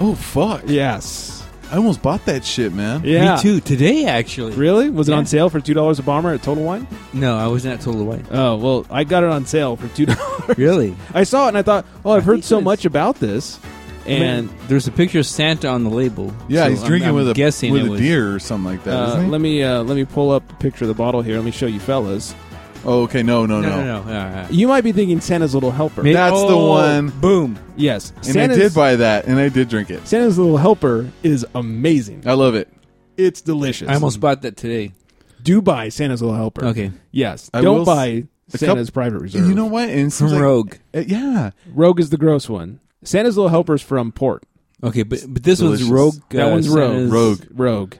Speaker 7: Oh fuck.
Speaker 5: yes
Speaker 7: I almost bought that shit, man.
Speaker 5: yeah
Speaker 6: Me too. Today, actually.
Speaker 5: really was it on sale for two dollars a bomber at total wine
Speaker 6: No, I wasn't at Total White.
Speaker 5: oh well i got it on sale for two dollars
Speaker 6: Really?
Speaker 5: i saw it and i thought oh i've heard
Speaker 6: think
Speaker 5: so
Speaker 6: it's-
Speaker 5: much about this and
Speaker 6: And there's a picture of Santa on the label.
Speaker 7: Yeah,
Speaker 6: So
Speaker 7: he's
Speaker 6: I'm-
Speaker 7: drinking
Speaker 6: I'm
Speaker 7: with a
Speaker 6: guessing
Speaker 7: with
Speaker 6: it
Speaker 7: a
Speaker 6: was-
Speaker 7: deer or something like that,
Speaker 5: uh,
Speaker 7: not he?
Speaker 5: let me uh, let me pull up a picture of the bottle here. Let me show you, fellas.
Speaker 7: oh, okay, no, no,
Speaker 6: No,
Speaker 7: no.
Speaker 6: no, no. no. Uh,
Speaker 5: You might be thinking Santa's little helper.
Speaker 6: maybe-
Speaker 7: That's the
Speaker 6: oh,
Speaker 7: one.
Speaker 6: Boom.
Speaker 5: yes,
Speaker 7: And I did buy that, and I did drink it.
Speaker 5: Santa's Little Helper is amazing.
Speaker 7: I love it.
Speaker 5: It's delicious.
Speaker 6: I almost bought that today.
Speaker 5: do buy Santa's Little Helper.
Speaker 6: Okay.
Speaker 5: Yes.
Speaker 7: I
Speaker 5: don't
Speaker 7: will
Speaker 5: buy
Speaker 7: a
Speaker 5: Santa's
Speaker 7: couple-
Speaker 5: Private Reserve.
Speaker 7: You know what? And it
Speaker 6: From
Speaker 7: seems like-
Speaker 6: Rogue.
Speaker 7: uh, yeah,
Speaker 5: Rogue is the gross one. Santa's Little Helper's from Port.
Speaker 6: Okay, but but this
Speaker 7: Delicious.
Speaker 6: one's Rogue.
Speaker 5: That
Speaker 6: uh,
Speaker 5: one's Rogue.
Speaker 6: Santa's-
Speaker 7: Rogue.
Speaker 5: Rogue.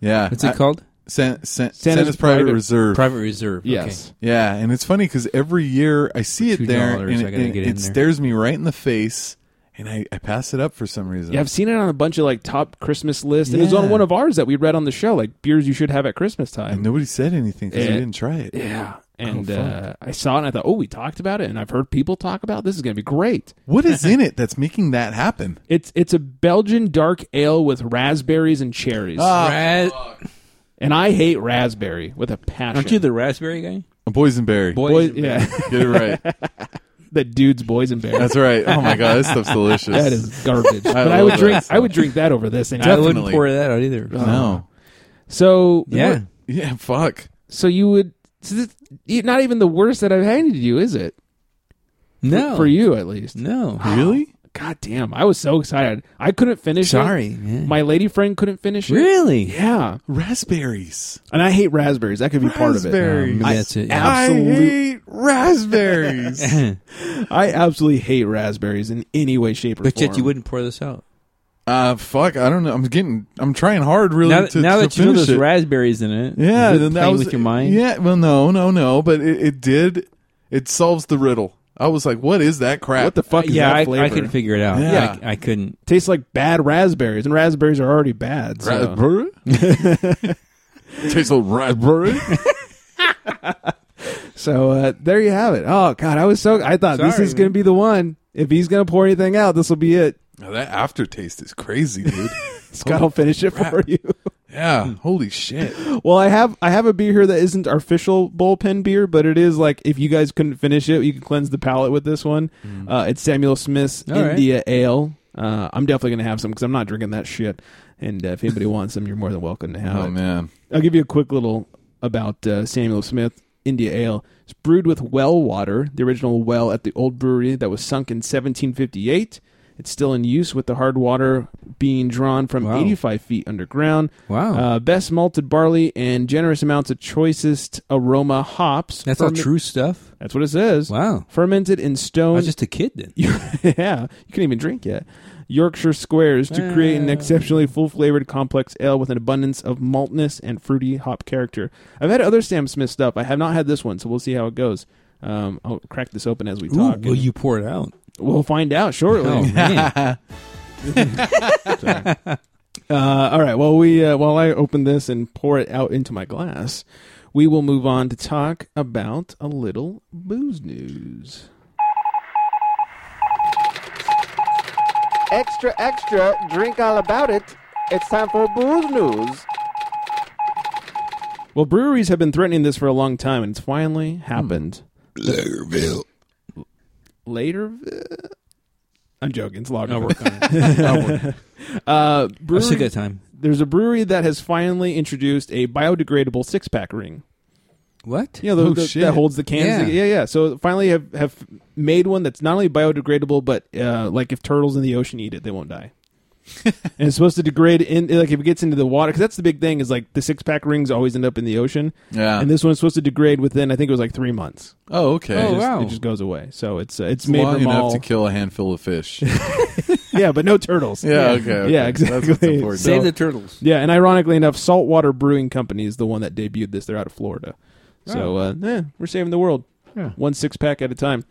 Speaker 7: yeah.
Speaker 6: What's it
Speaker 7: I-
Speaker 6: called?
Speaker 7: San, San, Santa's,
Speaker 5: Private-
Speaker 7: Private, Reserve.
Speaker 6: Private Reserve.
Speaker 5: Yes.
Speaker 7: yeah, and it's funny because every year I see it
Speaker 6: $2,
Speaker 7: there, and
Speaker 6: I
Speaker 7: it,
Speaker 6: gotta
Speaker 7: and
Speaker 6: get
Speaker 7: it
Speaker 6: in there.
Speaker 7: stares me right in the face, and I, I passed it up for some reason.
Speaker 5: Yeah, I've seen it on a bunch of like top Christmas lists. and It was on
Speaker 7: Yeah.
Speaker 5: one of ours that we read on the show, like beers you should have at Christmas time.
Speaker 7: and nobody said anything because
Speaker 5: Yeah.
Speaker 7: we didn't try it.
Speaker 5: Yeah.
Speaker 7: Oh,
Speaker 5: And
Speaker 7: fuck.
Speaker 5: uh, I saw it and I thought, oh, we talked about it, and I've heard people talk about it. this. is going to be great.
Speaker 7: what is in it that's making that happen?
Speaker 5: It's it's a Belgian dark ale with raspberries and cherries,
Speaker 7: Ah.
Speaker 6: Raz-
Speaker 5: and I hate raspberry with a passion.
Speaker 6: aren't you the raspberry guy?
Speaker 7: A boysenberry.
Speaker 5: Boy-
Speaker 6: Boys,
Speaker 5: yeah,
Speaker 7: Get it right.
Speaker 5: the dude's boysenberry.
Speaker 7: That's right. Oh my god, this stuff's delicious.
Speaker 5: That is garbage.
Speaker 7: I
Speaker 5: but I
Speaker 7: love
Speaker 5: would
Speaker 7: that
Speaker 5: drink. I
Speaker 7: stuff.
Speaker 5: would drink that over this. Anyway.
Speaker 6: I wouldn't
Speaker 7: Definitely.
Speaker 6: pour that out either. Uh-huh.
Speaker 7: no.
Speaker 5: So
Speaker 6: Yeah.
Speaker 7: Yeah. Fuck.
Speaker 5: So you would. So this, you- not even the worst that I've handed you, is it?
Speaker 6: No.
Speaker 5: For you, at least.
Speaker 6: No.
Speaker 7: Really?
Speaker 5: God damn! I was so excited. I couldn't finish. it.
Speaker 6: Sorry, man.
Speaker 5: my lady friend couldn't finish it.
Speaker 6: Really?
Speaker 5: Yeah,
Speaker 7: Raspberries.
Speaker 5: and I hate raspberries. That could be
Speaker 7: Raspberries.
Speaker 6: Um,
Speaker 7: I,
Speaker 6: that's it. Yeah.
Speaker 7: I
Speaker 5: Absolute-
Speaker 7: hate raspberries.
Speaker 5: I absolutely hate raspberries in any way, shape, or
Speaker 6: But
Speaker 5: form.
Speaker 6: yet you wouldn't pour this out.
Speaker 7: uh, fuck. I don't know. I'm getting. I'm trying hard, really.
Speaker 6: Now,
Speaker 7: to,
Speaker 6: now
Speaker 7: to
Speaker 6: that you know
Speaker 7: finish
Speaker 6: there's
Speaker 7: it.
Speaker 6: raspberries in it,
Speaker 7: Yeah,
Speaker 6: is it
Speaker 7: then that
Speaker 6: playing
Speaker 7: was
Speaker 6: with your mind.
Speaker 7: Yeah, well, no, no, no, but it, it did. It solves the riddle. I was like, what is that crap?
Speaker 5: What the fuck is
Speaker 6: Uh, yeah,
Speaker 5: that
Speaker 6: I,
Speaker 5: flavor?
Speaker 6: I couldn't figure it out.
Speaker 7: Yeah.
Speaker 6: I, I couldn't.
Speaker 5: Tastes like bad raspberries, and raspberries are already bad. So.
Speaker 7: raspberry? Tastes like raspberry.
Speaker 5: So uh, there you have it. Oh God, I was so I thought this
Speaker 6: Sorry,
Speaker 5: is going to
Speaker 6: man.
Speaker 5: be the one. If he's going to pour anything out, this will be it.
Speaker 7: Now, that aftertaste is crazy, dude.
Speaker 5: Scott will finish it for you.
Speaker 7: yeah, holy shit.
Speaker 5: well, I have I have a beer here that isn't our official bullpen beer, but it is like if you guys couldn't finish it, you can cleanse the palate with this one. Uh, it's Samuel Smith's
Speaker 6: Mm. All right.
Speaker 5: India Ale. Uh, I'm definitely going to have some because I'm not drinking that shit. And uh, if anybody wants some, you're more than welcome to have
Speaker 7: Oh
Speaker 5: it.
Speaker 7: man,
Speaker 5: I'll give you a quick little about uh, Samuel Smith India Ale. It's brewed with well water, the original well at the old brewery that was sunk in 1758. It's still in use with the hard water being drawn from
Speaker 6: Wow.
Speaker 5: 85 feet underground.
Speaker 6: Wow.
Speaker 5: Uh, best malted barley and generous amounts of choicest aroma hops.
Speaker 6: That's all
Speaker 5: Fermen-
Speaker 6: true stuff.
Speaker 5: That's what it says.
Speaker 6: Wow.
Speaker 5: Fermented in
Speaker 6: I
Speaker 5: stone.
Speaker 6: was just a kid then.
Speaker 5: yeah, you couldn't even drink yet. Yorkshire squares to create an exceptionally full-flavored complex ale with an abundance of maltness and fruity hop character. I've had other Sam Smith stuff. I have not had this one, so we'll see how it goes. Um, I'll crack this open as we
Speaker 6: Ooh,
Speaker 5: talk.
Speaker 6: will
Speaker 5: and
Speaker 6: you pour it out?
Speaker 5: We'll find out shortly.
Speaker 6: Oh, man.
Speaker 5: Uh, all right. While we uh, while I open this and pour it out into my glass, we will move on to talk about a little booze news.
Speaker 2: Extra, extra, drink all about it. It's time for booze news.
Speaker 5: Well, breweries have been threatening this for a long time, and it's finally happened. Laterville. Laterville. I'm joking. It's
Speaker 6: I'll
Speaker 5: Lagerville.
Speaker 6: work on it.
Speaker 5: Uh,
Speaker 6: That's a
Speaker 5: brewery,
Speaker 6: good time.
Speaker 5: there's a brewery that has finally introduced a biodegradable six pack ring.
Speaker 6: What?
Speaker 5: You know, the,
Speaker 7: Oh,
Speaker 5: the-
Speaker 7: shit.
Speaker 5: that holds the cans.
Speaker 6: Yeah.
Speaker 5: Yeah. yeah, So finally, have have made one that's not only biodegradable, but uh, like if turtles in the ocean eat it, they won't die. and it's supposed to degrade in like if it gets into the water because that's the big thing is like the six pack rings always end up in the ocean.
Speaker 7: Yeah.
Speaker 5: And this one's supposed to degrade within I think it was like three months.
Speaker 7: Oh okay.
Speaker 6: Oh,
Speaker 5: It just-
Speaker 6: wow.
Speaker 5: It just goes away. So it's uh, it's,
Speaker 7: It's
Speaker 5: made
Speaker 7: long
Speaker 5: from
Speaker 7: enough
Speaker 5: all. Uh,
Speaker 7: to kill a handful of fish.
Speaker 5: yeah, but no turtles.
Speaker 7: Yeah. Okay. okay.
Speaker 5: Yeah,
Speaker 7: That's what's
Speaker 5: exactly.
Speaker 7: important.
Speaker 6: Save the turtles.
Speaker 5: Yeah, and ironically enough, Saltwater Brewing Company is the one that debuted this. They're out of Florida, so uh, eh, we're saving the world, one six pack at a time.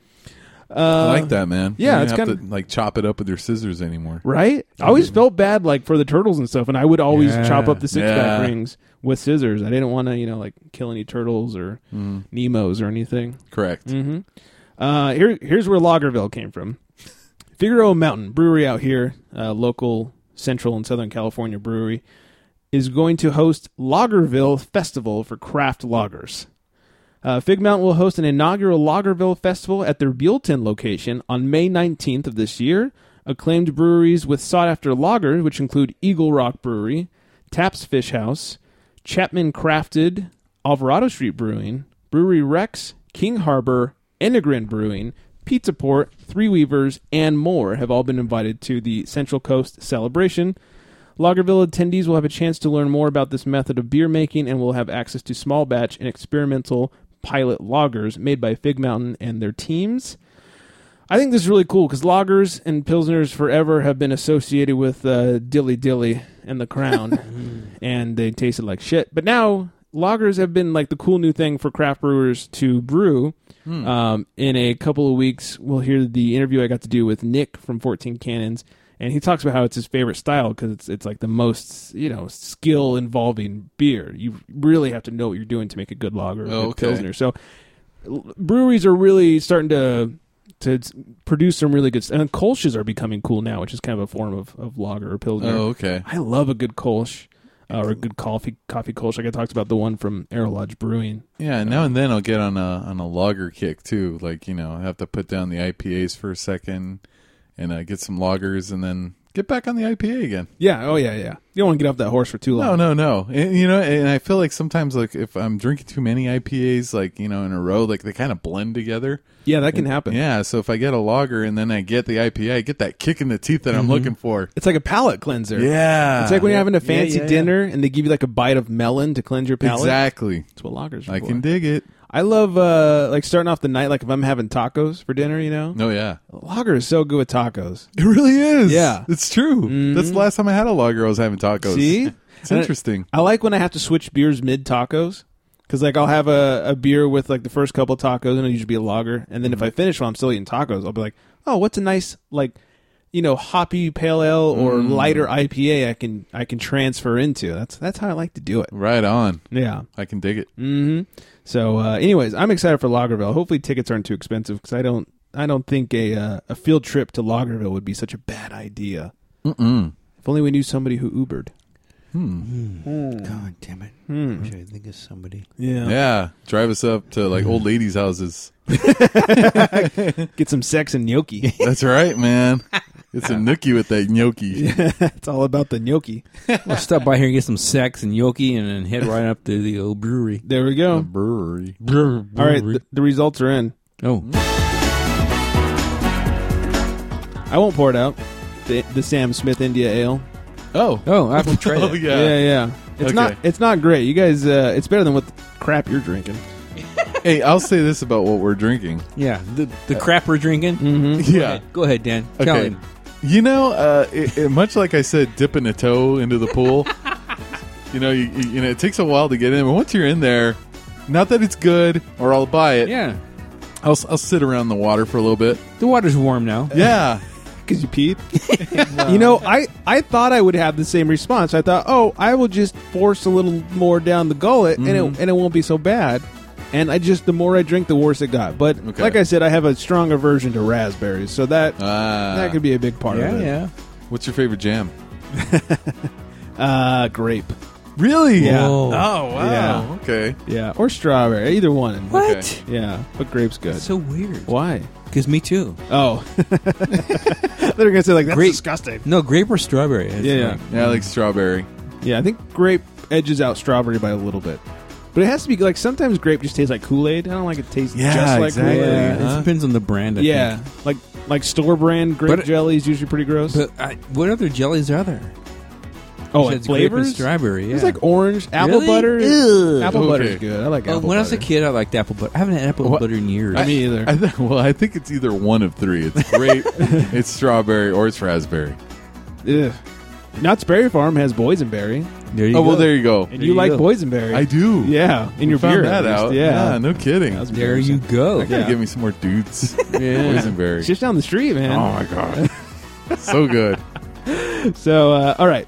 Speaker 5: Uh,
Speaker 7: I like that, man.
Speaker 5: yeah,
Speaker 7: you
Speaker 5: it's
Speaker 7: don't have
Speaker 5: kinda-
Speaker 7: to like chop it up with your scissors anymore.
Speaker 5: Right? I always felt bad like for the turtles and stuff, and I would always
Speaker 6: Yeah.
Speaker 5: chop up the six pack
Speaker 7: Yeah.
Speaker 5: rings with scissors. I didn't want to, you know, like kill any turtles or Nemos or anything.
Speaker 7: Correct.
Speaker 5: Mm-hmm. Uh, here, here's where Lagerville came from. Figaro Mountain Brewery out here, uh, local Central and Southern California brewery, is going to host Lagerville Festival for craft lagers. Uh, Fig Mountain will host an inaugural Lagerville Festival at their Buellton location on May 19th of this year. Acclaimed breweries with sought-after lagers, which include Eagle Rock Brewery, Taps Fish House, Chapman Crafted, Alvarado Street Brewing, Brewery Rex, King Harbor, Enegrin Brewing, Pizza Port, Three Weavers, and more have all been invited to the Central Coast celebration. Lagerville attendees will have a chance to learn more about this method of beer making and will have access to small batch and experimental pilot lagers made by Fig Mountain and their teams. I think this is really cool because lagers and pilsners forever have been associated with uh, Dilly Dilly and the Crown, and they tasted like shit. But now lagers have been like the cool new thing for craft brewers to brew.
Speaker 12: Hmm.
Speaker 5: Um, in a couple of weeks, we'll hear the interview I got to do with Nick from 14 Cannons, and he talks about how it's his favorite style because it's it's like the most you know skill involving beer. You really have to know what you're doing to make a good lager or a
Speaker 7: Oh,
Speaker 5: good
Speaker 7: okay.
Speaker 5: pilsner. So l- breweries are really starting to to s- produce some really good stuff. And Kolsch's are becoming cool now, which is kind of a form of, of lager or pilsner.
Speaker 7: Oh, okay.
Speaker 5: I love a good Kolsch uh, or a good coffee coffee Kolsch. Like I talked about the one from Aero Lodge Brewing.
Speaker 7: Yeah, now and then I'll get on a on a lager kick too. Like you know, I have to put down the IPAs for a second, and uh, get some lagers, and then get back on the IPA again.
Speaker 5: Yeah. Oh, yeah, yeah. You don't want to get off that horse for too long.
Speaker 7: No, no, no. And, you know, and I feel like sometimes like if I'm drinking too many IPAs, like you know, in a row, like they kind of blend together.
Speaker 5: Yeah, that can
Speaker 7: And-
Speaker 5: happen.
Speaker 7: Yeah, so if I get a lager and then I get the IPA, I get that kick in the teeth that I'm
Speaker 5: Mhm.
Speaker 7: looking for.
Speaker 5: It's like a palate cleanser.
Speaker 7: Yeah,
Speaker 5: It's like when you're having a
Speaker 7: Yeah,
Speaker 5: fancy
Speaker 7: yeah, yeah.
Speaker 5: dinner and they give you like a bite of melon to cleanse your palate.
Speaker 7: Exactly.
Speaker 5: That's what lagers are
Speaker 7: I
Speaker 5: for.
Speaker 7: can dig it.
Speaker 5: I love uh like starting off the night like if I'm having tacos for dinner, you know?
Speaker 7: Oh yeah.
Speaker 5: Lager is so good with tacos.
Speaker 7: It really is.
Speaker 5: Yeah.
Speaker 7: It's true. That's the last time I had a lager. I was having tacos.
Speaker 5: See?
Speaker 7: It's
Speaker 5: And I-
Speaker 7: interesting.
Speaker 5: I, like when I have to switch beers mid tacos. Cause like I'll have a, a beer with like the first couple of tacos and it'll usually be a lager. And
Speaker 7: Mm-hmm.
Speaker 5: then if I finish while I'm still eating tacos, I'll be like, Oh, what's a nice like you know, hoppy pale ale or
Speaker 7: Mm.
Speaker 5: lighter IPA I can I can transfer into. That's that's how I like to do it.
Speaker 7: Right on.
Speaker 5: Yeah.
Speaker 7: I can dig it.
Speaker 5: hmm So, uh, anyways, I'm excited for Lagerville. Hopefully, tickets aren't too expensive because I don't, I don't think a uh, a field trip to Lagerville would be such a bad idea.
Speaker 7: Mm-mm.
Speaker 5: If only we knew somebody who Ubered.
Speaker 6: God Oh, damn it!
Speaker 7: Hmm.
Speaker 6: Wish I could think of somebody.
Speaker 5: Yeah.
Speaker 7: Yeah. Drive us up to like old ladies' houses.
Speaker 5: Get some sex and gnocchi.
Speaker 7: That's right, man. It's a nookie with that gnocchi.
Speaker 5: it's all about the gnocchi.
Speaker 6: I'll stop by here and get some sex and yoki, and then head right up to the old brewery.
Speaker 5: There we go.
Speaker 7: Brewery.
Speaker 5: All right, th- the results are in.
Speaker 6: Oh,
Speaker 5: I won't pour it out. The, the Sam Smith India Ale.
Speaker 7: Oh.
Speaker 6: oh, I have to try
Speaker 7: Oh,
Speaker 6: it.
Speaker 7: yeah.
Speaker 5: yeah, yeah. It's
Speaker 7: Okay.
Speaker 5: not, it's not great. You guys, uh, it's better than what the crap you're drinking.
Speaker 7: Hey, I'll say this about what we're drinking.
Speaker 6: Yeah, the the crap we're drinking.
Speaker 5: Mm-hmm.
Speaker 7: Yeah.
Speaker 6: Go ahead, Dan. Tell
Speaker 7: Okay.
Speaker 6: him.
Speaker 7: You know, uh, it, it- much like I said, dipping a toe into the pool. you know, you, you, you know, it takes a while to get in, but once you're in there, not that it's good or I'll buy it.
Speaker 6: Yeah,
Speaker 7: I'll, s- I'll sit around the water for a little bit.
Speaker 6: the water's warm now.
Speaker 7: Yeah.
Speaker 5: Because you peed? You know, I, I thought I would have the same response. I thought, oh, I will just force a little more down the gullet and, it, and it won't be so bad. And I just, the more I drink, the worse it got. But
Speaker 7: Okay.
Speaker 5: like I said, I have a strong aversion to raspberries. So that
Speaker 7: Ah.
Speaker 5: that could be a big part
Speaker 6: Yeah,
Speaker 5: of it.
Speaker 6: yeah.
Speaker 7: What's your favorite jam?
Speaker 5: Uh, grape.
Speaker 7: Really? Oh,
Speaker 5: Yeah.
Speaker 6: Whoa.
Speaker 5: Yeah.
Speaker 7: Okay.
Speaker 5: Yeah. Or strawberry. Either one.
Speaker 6: What?
Speaker 7: Okay.
Speaker 5: Yeah. But grape's good.
Speaker 6: That's so weird.
Speaker 5: Why?
Speaker 6: Because me too.
Speaker 5: Oh. They're going to say, like, that's
Speaker 6: Grape.
Speaker 5: disgusting.
Speaker 6: No, grape or strawberry. It's
Speaker 5: Yeah, yeah.
Speaker 6: like-
Speaker 7: Yeah, I like strawberry.
Speaker 5: Yeah, I think grape edges out strawberry by a little bit. But it has to be like sometimes grape just tastes like Kool Aid. I don't like it tastes
Speaker 7: Yeah,
Speaker 5: just like
Speaker 7: exactly.
Speaker 5: Kool
Speaker 6: Yeah,
Speaker 5: Aid.
Speaker 7: Huh?
Speaker 6: It depends on the brand. I
Speaker 5: Yeah,
Speaker 6: think.
Speaker 5: like like store brand grape
Speaker 6: But-
Speaker 5: jelly is usually pretty gross.
Speaker 6: But I, what other jellies are there?
Speaker 5: oh, and
Speaker 6: Besides grape and
Speaker 5: flavors.
Speaker 6: strawberry. Yeah.
Speaker 5: It's like orange apple
Speaker 6: Really?
Speaker 5: butter.
Speaker 6: Ew.
Speaker 5: Apple
Speaker 7: Okay.
Speaker 5: butter is good. I like
Speaker 6: Oh,
Speaker 5: apple
Speaker 6: when I was a
Speaker 5: butter.
Speaker 6: kid, I liked apple butter. I haven't had apple
Speaker 7: What?
Speaker 6: butter in years.
Speaker 5: Me either.
Speaker 7: I th- well, I think it's either one of three. It's grape, it's strawberry, or it's raspberry.
Speaker 5: Ugh. Knott's Berry Farm has boysenberry,
Speaker 6: there you
Speaker 7: oh,
Speaker 6: go.
Speaker 7: well, there you go.
Speaker 5: and you,
Speaker 6: you
Speaker 5: like
Speaker 6: go.
Speaker 5: boysenberry.
Speaker 7: I do.
Speaker 5: Yeah, in
Speaker 7: We
Speaker 5: your
Speaker 7: found
Speaker 5: beer. at
Speaker 7: that
Speaker 5: least.
Speaker 7: out.
Speaker 5: Yeah,
Speaker 7: no kidding.
Speaker 5: That was
Speaker 6: There you
Speaker 5: embarrassing.
Speaker 6: go.
Speaker 7: I gotta
Speaker 5: yeah.
Speaker 7: give me some more dudes.
Speaker 5: It's
Speaker 7: Boysenberry.
Speaker 5: just down the street, man.
Speaker 7: Oh my god, so good. Oh.
Speaker 5: So, uh, all right,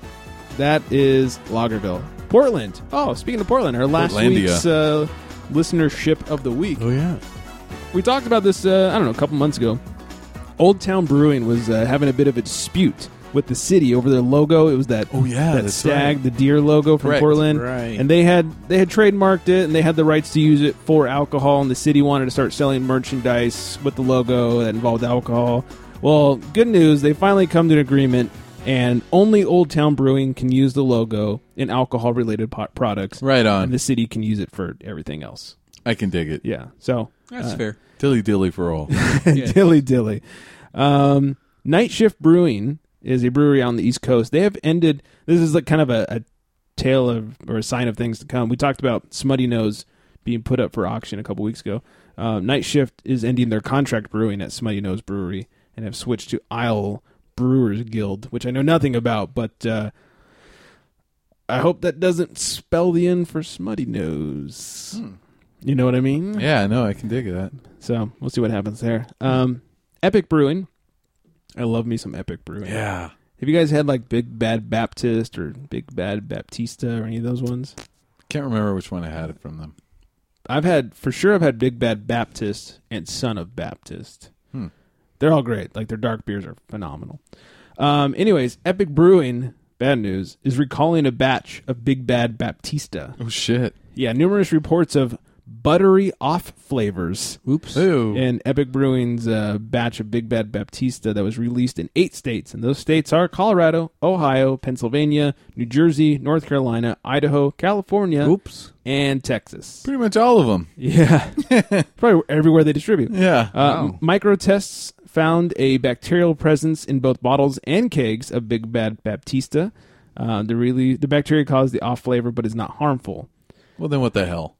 Speaker 5: that is Lagerville, Portland. Oh, speaking of Portland, our last
Speaker 7: Portlandia.
Speaker 5: week's uh, listenership of the
Speaker 6: Oh,
Speaker 5: week.
Speaker 7: yeah.
Speaker 5: We talked about this. Uh, I don't know, a couple months ago. Old Town Brewing was uh, having a bit of a dispute with the city over their logo. It was that
Speaker 7: Oh, yeah,
Speaker 5: that
Speaker 7: that's
Speaker 5: stag,
Speaker 7: right.
Speaker 5: the deer logo from
Speaker 7: Correct.
Speaker 5: Portland,
Speaker 6: Right.
Speaker 5: and they had they had trademarked it and they had the rights to use it for alcohol. And the city wanted to start selling merchandise with the logo that involved alcohol. Well, good news, they finally come to an agreement, and only Old Town Brewing can use the logo in alcohol related pot- products.
Speaker 7: Right
Speaker 5: And
Speaker 7: on.
Speaker 5: the city can use it for everything else.
Speaker 7: I can dig it.
Speaker 5: Yeah. So
Speaker 6: That's fair.
Speaker 7: Dilly dilly for all.
Speaker 5: dilly dilly. Um, Night Shift Brewing is a brewery on the East Coast. They have ended. This is like kind of a, a tale of or a sign of things to come. We talked about Smutty Nose being put up for auction a couple weeks ago. Um, Night Shift is ending their contract brewing at Smutty Nose Brewery and have switched to Isle Brewers Guild, which I know nothing about, but. Uh, I hope that doesn't spell the end for smutty nose. You know what I mean?
Speaker 7: Yeah, I know. I can dig that.
Speaker 5: So we'll see what happens there. Um, Epic Brewing. I love me some Epic Brewing.
Speaker 7: Yeah.
Speaker 5: Have you guys had like Big Bad Baptist or Big Bad Baptista or any of those ones?
Speaker 7: Can't remember which one I had it from them.
Speaker 5: I've had for sure. I've had Big Bad Baptist and Son of Baptist.
Speaker 7: Hmm.
Speaker 5: They're all great. Like their dark beers are phenomenal. Um, anyways, Epic Brewing. Bad news is recalling a batch of Big Bad Baptista.
Speaker 7: Oh shit.
Speaker 5: Yeah, numerous reports of buttery off flavors.
Speaker 6: Oops.
Speaker 7: Ooh.
Speaker 5: And Epic Brewing's uh, batch of Big Bad Baptista that was released in eight states, and those states are Colorado, Ohio, Pennsylvania, New Jersey, North Carolina, Idaho, California,
Speaker 6: Oops.
Speaker 5: and Texas.
Speaker 7: Pretty much all of them.
Speaker 5: Yeah, probably everywhere they distribute.
Speaker 7: Yeah.
Speaker 5: Uh, Micro tests found a bacterial presence in both bottles and kegs of Big Bad Baptista. Uh, the really the bacteria caused the off flavor, but is not harmful.
Speaker 7: well, then what the hell?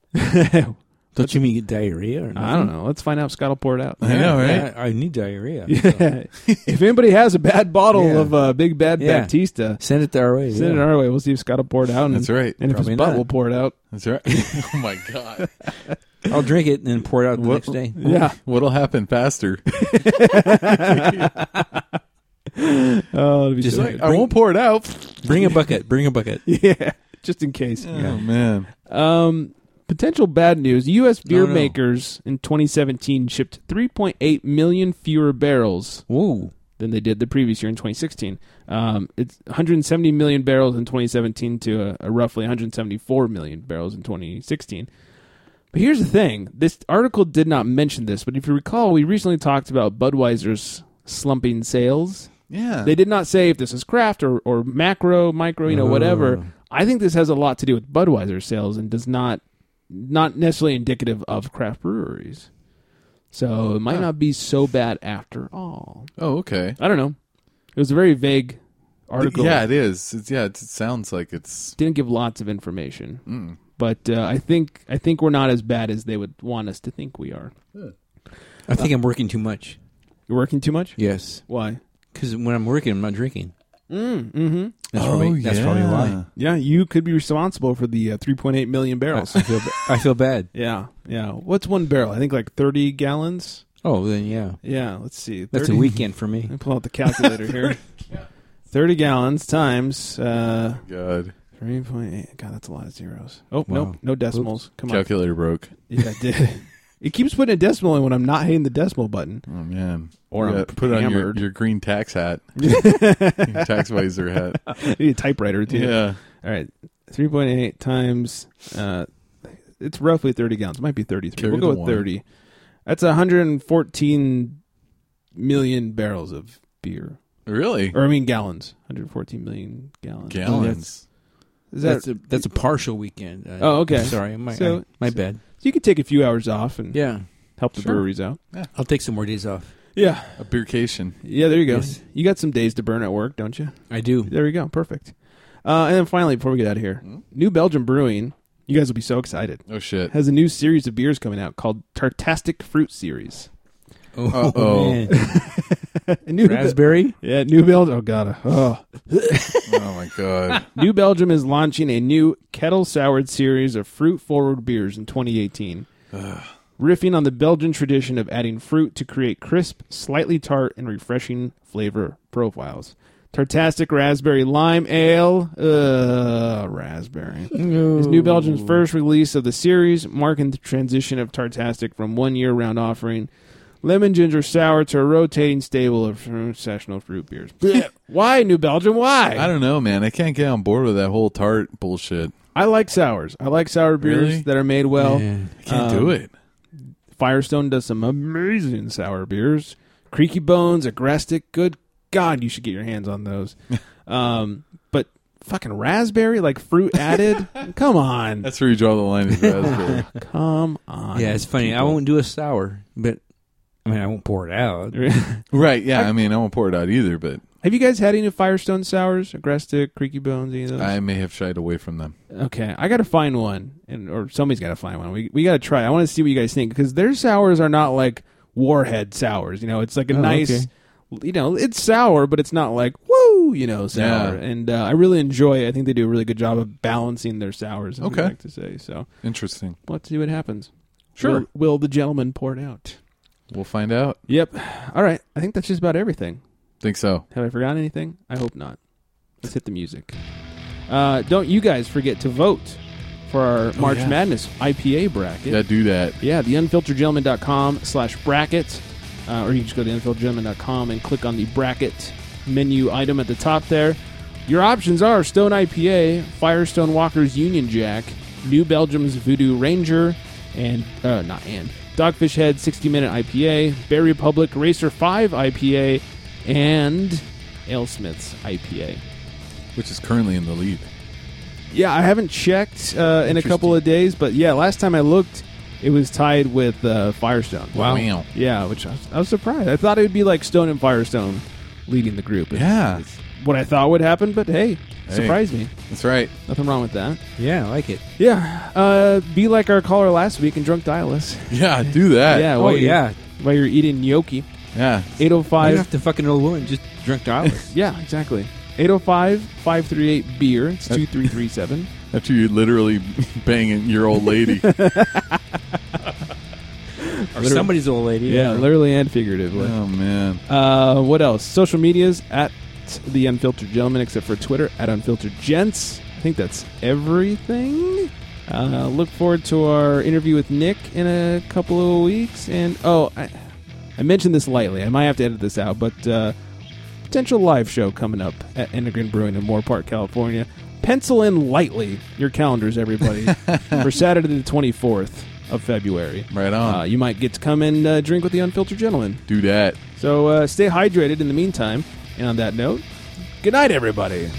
Speaker 6: Don't you mean you get diarrhea? Or
Speaker 5: I don't know. Let's find out. Scott will pour it out.
Speaker 7: I know, right?
Speaker 6: I, I need diarrhea.
Speaker 5: if anybody has a bad bottle
Speaker 6: Yeah.
Speaker 5: of uh, Big Bad
Speaker 6: Yeah.
Speaker 5: Baptista,
Speaker 6: Send it our way.
Speaker 5: send it
Speaker 6: yeah.
Speaker 5: our way. We'll see if Scott will pour it out. And,
Speaker 7: That's right.
Speaker 5: And if
Speaker 6: Probably
Speaker 5: his butt
Speaker 6: not.
Speaker 5: will pour it out.
Speaker 7: That's right. oh my god.
Speaker 6: I'll drink it and then pour it out the
Speaker 7: What-
Speaker 6: next day.
Speaker 5: Yeah.
Speaker 7: What'll happen faster?
Speaker 5: Oh, it'll be
Speaker 6: Just
Speaker 5: so
Speaker 6: like-
Speaker 5: good.
Speaker 7: I won't pour it out.
Speaker 6: Bring a bucket. Bring a bucket.
Speaker 5: yeah, just in case.
Speaker 7: Oh man.
Speaker 5: Um, potential bad news: U.S. beer
Speaker 6: No, no.
Speaker 5: makers in 2017 shipped 3.8 million fewer barrels
Speaker 6: Whoa.
Speaker 5: than they did the previous year in 2016. Um, it's 170 million barrels in 2017 to a, a roughly 174 million barrels in 2016. But here's the thing: this article did not mention this, but if you recall, we recently talked about Budweiser's slumping sales.
Speaker 7: Yeah.
Speaker 5: They did not say if this is craft or, or macro, micro, you know, whatever. I think this has a lot to do with Budweiser sales and does not not necessarily indicative of craft breweries. So it might not be so bad after all.
Speaker 7: oh okay.
Speaker 5: I don't know. It was a very vague article.
Speaker 7: Yeah, it is. It's, yeah, it's, it sounds like it's.
Speaker 5: Didn't give lots of information. But uh, I think I think we're not as bad as they would want us to think we are.
Speaker 6: I think I'm working too much.
Speaker 5: You're working too much?
Speaker 6: Yes.
Speaker 5: Why?
Speaker 6: Because when I'm working, I'm not drinking. Mm, mm-hmm. That's,
Speaker 7: Oh,
Speaker 6: probably, that's probably why.
Speaker 5: Yeah, you could be responsible for the uh, 3.8 million barrels.
Speaker 6: I feel, ba- I feel bad.
Speaker 5: Yeah, yeah. What's one barrel? I think like thirty gallons.
Speaker 6: Oh, then yeah.
Speaker 5: Yeah, let's see. 30.
Speaker 6: That's a weekend for me.
Speaker 5: Let me pull out the calculator here. Thirty gallons times uh,
Speaker 7: God,
Speaker 5: three point eight. God, that's a lot of zeros. Oh
Speaker 6: Wow.
Speaker 5: nope, no decimals. Come on,
Speaker 7: calculator broke.
Speaker 5: yeah, I did. It keeps putting a decimal in when I'm not hitting the decimal button.
Speaker 7: Oh man.
Speaker 5: Or I'm
Speaker 7: put on your,
Speaker 5: hammered.
Speaker 7: your green tax hat, Your tax visor hat.
Speaker 5: I need a typewriter too.
Speaker 7: Yeah.
Speaker 5: All right, three point eight times. Uh, it's roughly thirty gallons. It might be thirty-three.
Speaker 7: Carry
Speaker 5: we'll go
Speaker 7: the
Speaker 5: with
Speaker 7: one.
Speaker 5: thirty. That's hundred and fourteen million barrels of beer.
Speaker 7: Really?
Speaker 5: or I mean gallons, 114 million gallons.
Speaker 7: Gallons.
Speaker 5: Is that,
Speaker 6: That's a that's a partial weekend. I-
Speaker 5: Oh, okay.
Speaker 6: I'm sorry, my
Speaker 5: So-
Speaker 6: I- my bad.
Speaker 5: so you could take a few hours off and
Speaker 6: Yeah,
Speaker 5: help the breweries out.
Speaker 6: I'll take some more days off.
Speaker 5: Yeah,
Speaker 7: A beercation.
Speaker 5: yeah. There you go.
Speaker 6: Yes.
Speaker 5: You got some days to burn at work, don't you?
Speaker 6: I do.
Speaker 5: There you go. Perfect. Uh, and then finally, before we get out of here, New Belgium Brewing. You guys will be so excited.
Speaker 7: Oh shit.
Speaker 5: Has a new series of beers coming out called Tartastic Fruit Series.
Speaker 6: Oh,
Speaker 7: Uh-oh.
Speaker 6: man.
Speaker 5: A new
Speaker 6: raspberry.
Speaker 5: yeah, New Belgium. Oh god. Oh.
Speaker 7: Oh my god.
Speaker 5: new Belgium is launching a new kettle soured series of fruit forward beers in 2018. riffing on the Belgian tradition of adding fruit to create crisp, slightly tart, and refreshing flavor profiles. Tartastic Raspberry Lime Ale, uh, raspberry, is New Belgium's first release of the series, marking the transition of Tartastic from one year round offering lemon ginger sour to a rotating stable of uh, sessional fruit beers. why, New Belgium? Why?
Speaker 7: I don't know, man. I can't get on board with that whole tart bullshit.
Speaker 5: I like sours. I like sour beers
Speaker 7: Really?
Speaker 5: that are made well.
Speaker 6: Yeah.
Speaker 7: I can't do
Speaker 5: Um,
Speaker 7: it.
Speaker 5: Firestone does some amazing sour beers. Creaky Bones, Agrestic, good God, you should get your hands on those. um, but fucking raspberry, like fruit added, come on,
Speaker 7: That's where you draw the line. Is raspberry.
Speaker 5: come on.
Speaker 6: Yeah, it's funny. I won't do a sour, but I mean, I won't pour it out.
Speaker 5: Have
Speaker 7: right? Yeah. I mean, I won't pour it out either, but
Speaker 5: you guys had any Firestone sours, Agrestic, Creaky Bones, any of those?
Speaker 7: I may have shied away from them.
Speaker 5: okay, I got to find one, and or somebody's got to find one. We we got to try. I want to see what you guys think because their sours are not like Oh, warhead sours. You know, it's like a nice,
Speaker 6: okay.
Speaker 5: you know, it's sour, but it's not like woo. woo, you know, sour.
Speaker 7: Yeah.
Speaker 5: And uh, I really enjoy. it. I think they do a really good job of balancing their sours. as we
Speaker 7: Okay.
Speaker 5: like to say so.
Speaker 7: Interesting.
Speaker 5: Let's see what happens.
Speaker 7: Sure.
Speaker 5: Will, will the gentleman pour it out?
Speaker 7: We'll find out.
Speaker 5: Yep. All right. I think that's just about everything.
Speaker 7: Think so.
Speaker 5: Have I forgotten anything? I hope not. Let's hit the music. Uh, don't you guys forget to vote for our March
Speaker 7: yeah.
Speaker 5: Madness IPA bracket.
Speaker 7: Yeah, do that.
Speaker 5: Yeah, the unfilteredgentleman.com slash bracket. Uh, or you can just go to unfilteredgentleman.com and click on the bracket menu item at the top there. Your options are Stone IPA, Firestone Walker's Union Jack, New Belgium's Voodoo Ranger, and, uh, not and, Dogfish Head 60 Minute IPA, Bear Republic Racer 5 IPA, and Alesmith's IPA.
Speaker 7: Which is currently in the lead.
Speaker 5: Yeah, I haven't checked uh, in a couple of days, but yeah, last time I looked, it was tied with uh, Firestone.
Speaker 7: Wow.
Speaker 5: Yeah, which I was, I was surprised. I thought it would be like Stone and Firestone leading the group. It's-
Speaker 7: Yeah.
Speaker 5: it's what I thought would happen, but hey,
Speaker 7: Hey.
Speaker 5: surprised me.
Speaker 7: That's right.
Speaker 5: Nothing wrong with that.
Speaker 6: Yeah, I like it.
Speaker 5: Yeah, uh, be like our caller last week and drunk dial us.
Speaker 7: Yeah, do that.
Speaker 5: yeah,
Speaker 6: oh,
Speaker 5: while you're-
Speaker 6: yeah.
Speaker 5: while you're eating gnocchi.
Speaker 7: Yeah.
Speaker 5: Eight oh
Speaker 6: I
Speaker 5: five.
Speaker 6: don't have to fucking old woman. Just drink dollars.
Speaker 5: Yeah, exactly. 805-538 beer. It's two three three seven.
Speaker 7: After you literally banging your old lady.
Speaker 6: or somebody's old lady.
Speaker 5: Yeah, literally and figuratively.
Speaker 7: oh, man.
Speaker 5: Uh, what else? Social medias at the Unfiltered Gentleman, except for Twitter at Unfiltered Gents. I think that's everything. Uh, look forward to our interview with Nick in a couple of weeks. And oh, I, I mentioned this lightly. I might have to edit this out, but uh, potential live show coming up at Integrin Brewing in Moore Park, California. Pencil in lightly your calendars, everybody, for Saturday the twenty fourth of February.
Speaker 7: Right on.
Speaker 5: Uh, you might get to come and uh, drink with the Unfiltered Gentleman.
Speaker 7: do that.
Speaker 5: So uh, stay hydrated in the meantime. And on that note, good night, everybody.